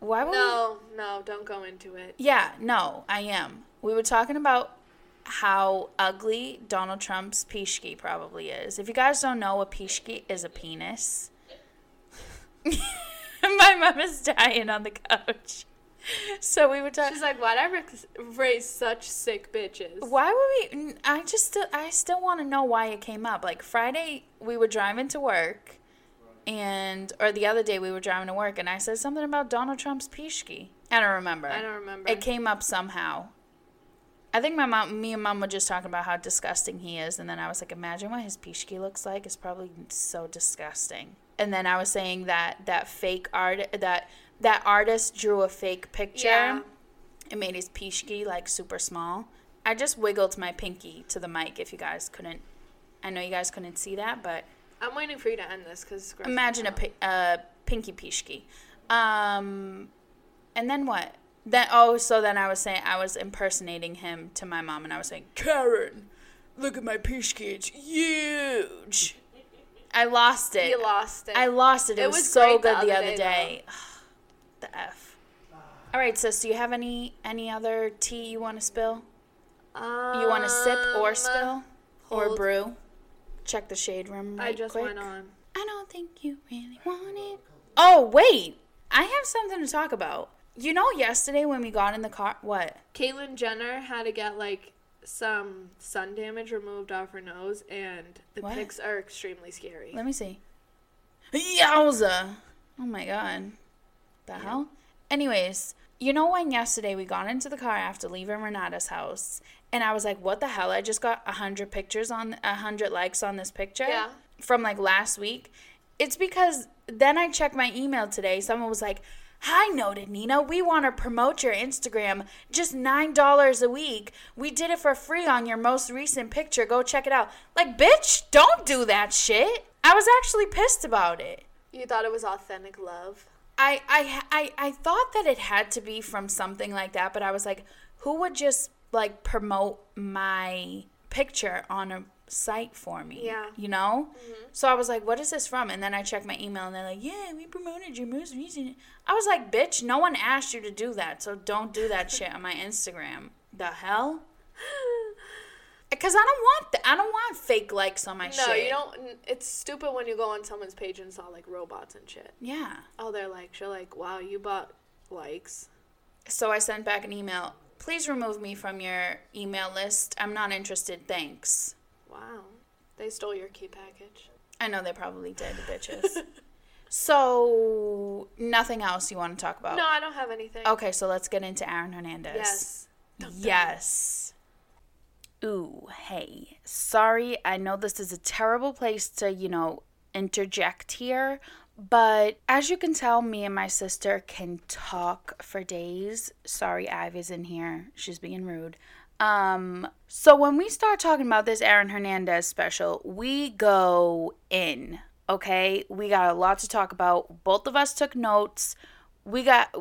Speaker 1: Why would we-
Speaker 2: no, no, don't go into it.
Speaker 1: Yeah, no, I am. We were talking about how ugly Donald Trump's pishki probably is. If you guys don't know, a pishki is a penis. My mom is dying on the couch. So we were talking.
Speaker 2: She's like, why'd I ra- raise such sick bitches?
Speaker 1: Why were we? n- I just still, I still want to know why it came up. Like Friday, we were driving to work, and or the other day we were driving to work, and I said something about Donald Trump's pishki. I don't remember.
Speaker 2: I don't remember.
Speaker 1: It came up somehow. I think my mom, me and mom were just talking about how disgusting he is, and then I was like, imagine what his pishki looks like. It's probably so disgusting. And then I was saying that that fake art that that artist drew a fake picture
Speaker 2: Yeah.
Speaker 1: and made his pishki like super small. I just wiggled my pinky to the mic. If you guys couldn't, I know you guys couldn't see that, but
Speaker 2: I'm waiting for you to end this because
Speaker 1: imagine a pi- uh, pinky pishki. Um, and then what? Then oh, so then I was saying I was impersonating him to my mom, and I was saying, Karen, look at my pishki, it's huge. I lost it.
Speaker 2: You lost it.
Speaker 1: I lost it. It,
Speaker 2: It
Speaker 1: was,
Speaker 2: was
Speaker 1: so
Speaker 2: great
Speaker 1: good the other day. the f. All right, sis. Do you have any any other tea you want to spill?
Speaker 2: Um,
Speaker 1: You want to sip or spill or
Speaker 2: hold.
Speaker 1: brew? Check the shade room.
Speaker 2: I
Speaker 1: right
Speaker 2: just
Speaker 1: quick.
Speaker 2: went on.
Speaker 1: I don't think you really want it. Oh, wait. I have something to talk about. You know, yesterday when we got in the car, what?
Speaker 2: Caitlyn Jenner had to get like some sun damage removed off her nose, and the
Speaker 1: What?
Speaker 2: pics are extremely scary.
Speaker 1: Let me see. Yowza. Oh my god. The hell? Anyways, you know when yesterday we got into the car after leaving Renata's house and I was like, what the hell? I just got a hundred pictures on a hundred likes on this picture
Speaker 2: Yeah.
Speaker 1: from like last week. It's because then I checked my email today, someone was like, High noted, Nina. We want to promote your Instagram. Just $9 a week. We did it for free on your most recent picture. Go check it out. Like, bitch, don't do that shit. I was actually pissed about it.
Speaker 2: You thought it was authentic love.
Speaker 1: I, I, I, I thought that it had to be from something like that, but I was like, who would just like promote my picture on a site for me?
Speaker 2: Yeah. Mm-hmm.
Speaker 1: You know? So I was like, what is this from? And then I checked my email and they're like, yeah, we promoted your most recent. I was like, bitch, no one asked you to do that, so don't do that shit on my Instagram. The hell? Because I don't want that. I don't want fake likes on my shit.
Speaker 2: No, you don't. n- It's stupid when you go on someone's page and saw like robots and shit.
Speaker 1: Yeah.
Speaker 2: Oh, they're like, you're like, wow, you bought likes.
Speaker 1: So I sent back an email. Please remove me from your email list. I'm not interested. Thanks.
Speaker 2: Wow, they stole your key package.
Speaker 1: I know they probably did, bitches. so nothing else you want to talk about?
Speaker 2: No, I don't have anything.
Speaker 1: Okay, so let's get into Aaron Hernandez.
Speaker 2: Oh, Yes.
Speaker 1: Yes. Ooh, hey. Sorry, I know this is a terrible place to, you know, interject here, but as you can tell, me and my sister can talk for days. Sorry, Ivy's in here. She's being rude. Um, so when we start talking about this Aaron Hernandez special, we go in, okay? We got a lot to talk about. Both of us took notes we got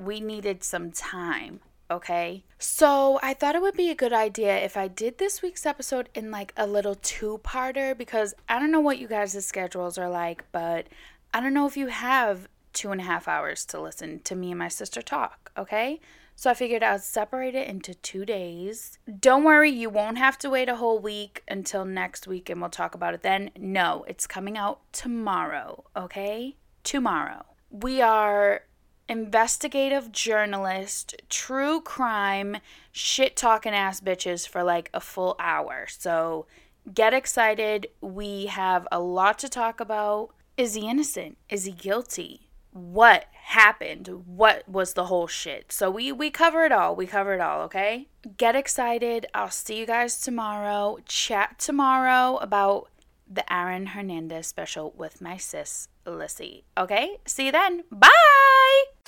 Speaker 1: we needed some time okay so i thought it would be a good idea if i did this week's episode in like a little two-parter because i don't know what you guys' schedules are like but i don't know if you have two and a half hours to listen to me and my sister talk okay so i figured i'd separate it into two days don't worry you won't have to wait a whole week until next week and we'll talk about it then no it's coming out tomorrow okay tomorrow we are investigative journalist, true crime, shit talking ass bitches for like a full hour. So get excited. We have a lot to talk about. Is he innocent? Is he guilty? What happened? What was the whole shit? So we we cover it all. We cover it all, okay? Get excited. I'll see you guys tomorrow. Chat tomorrow about the Aaron Hernandez special with my sis, Lissy. Okay, see you then. Bye.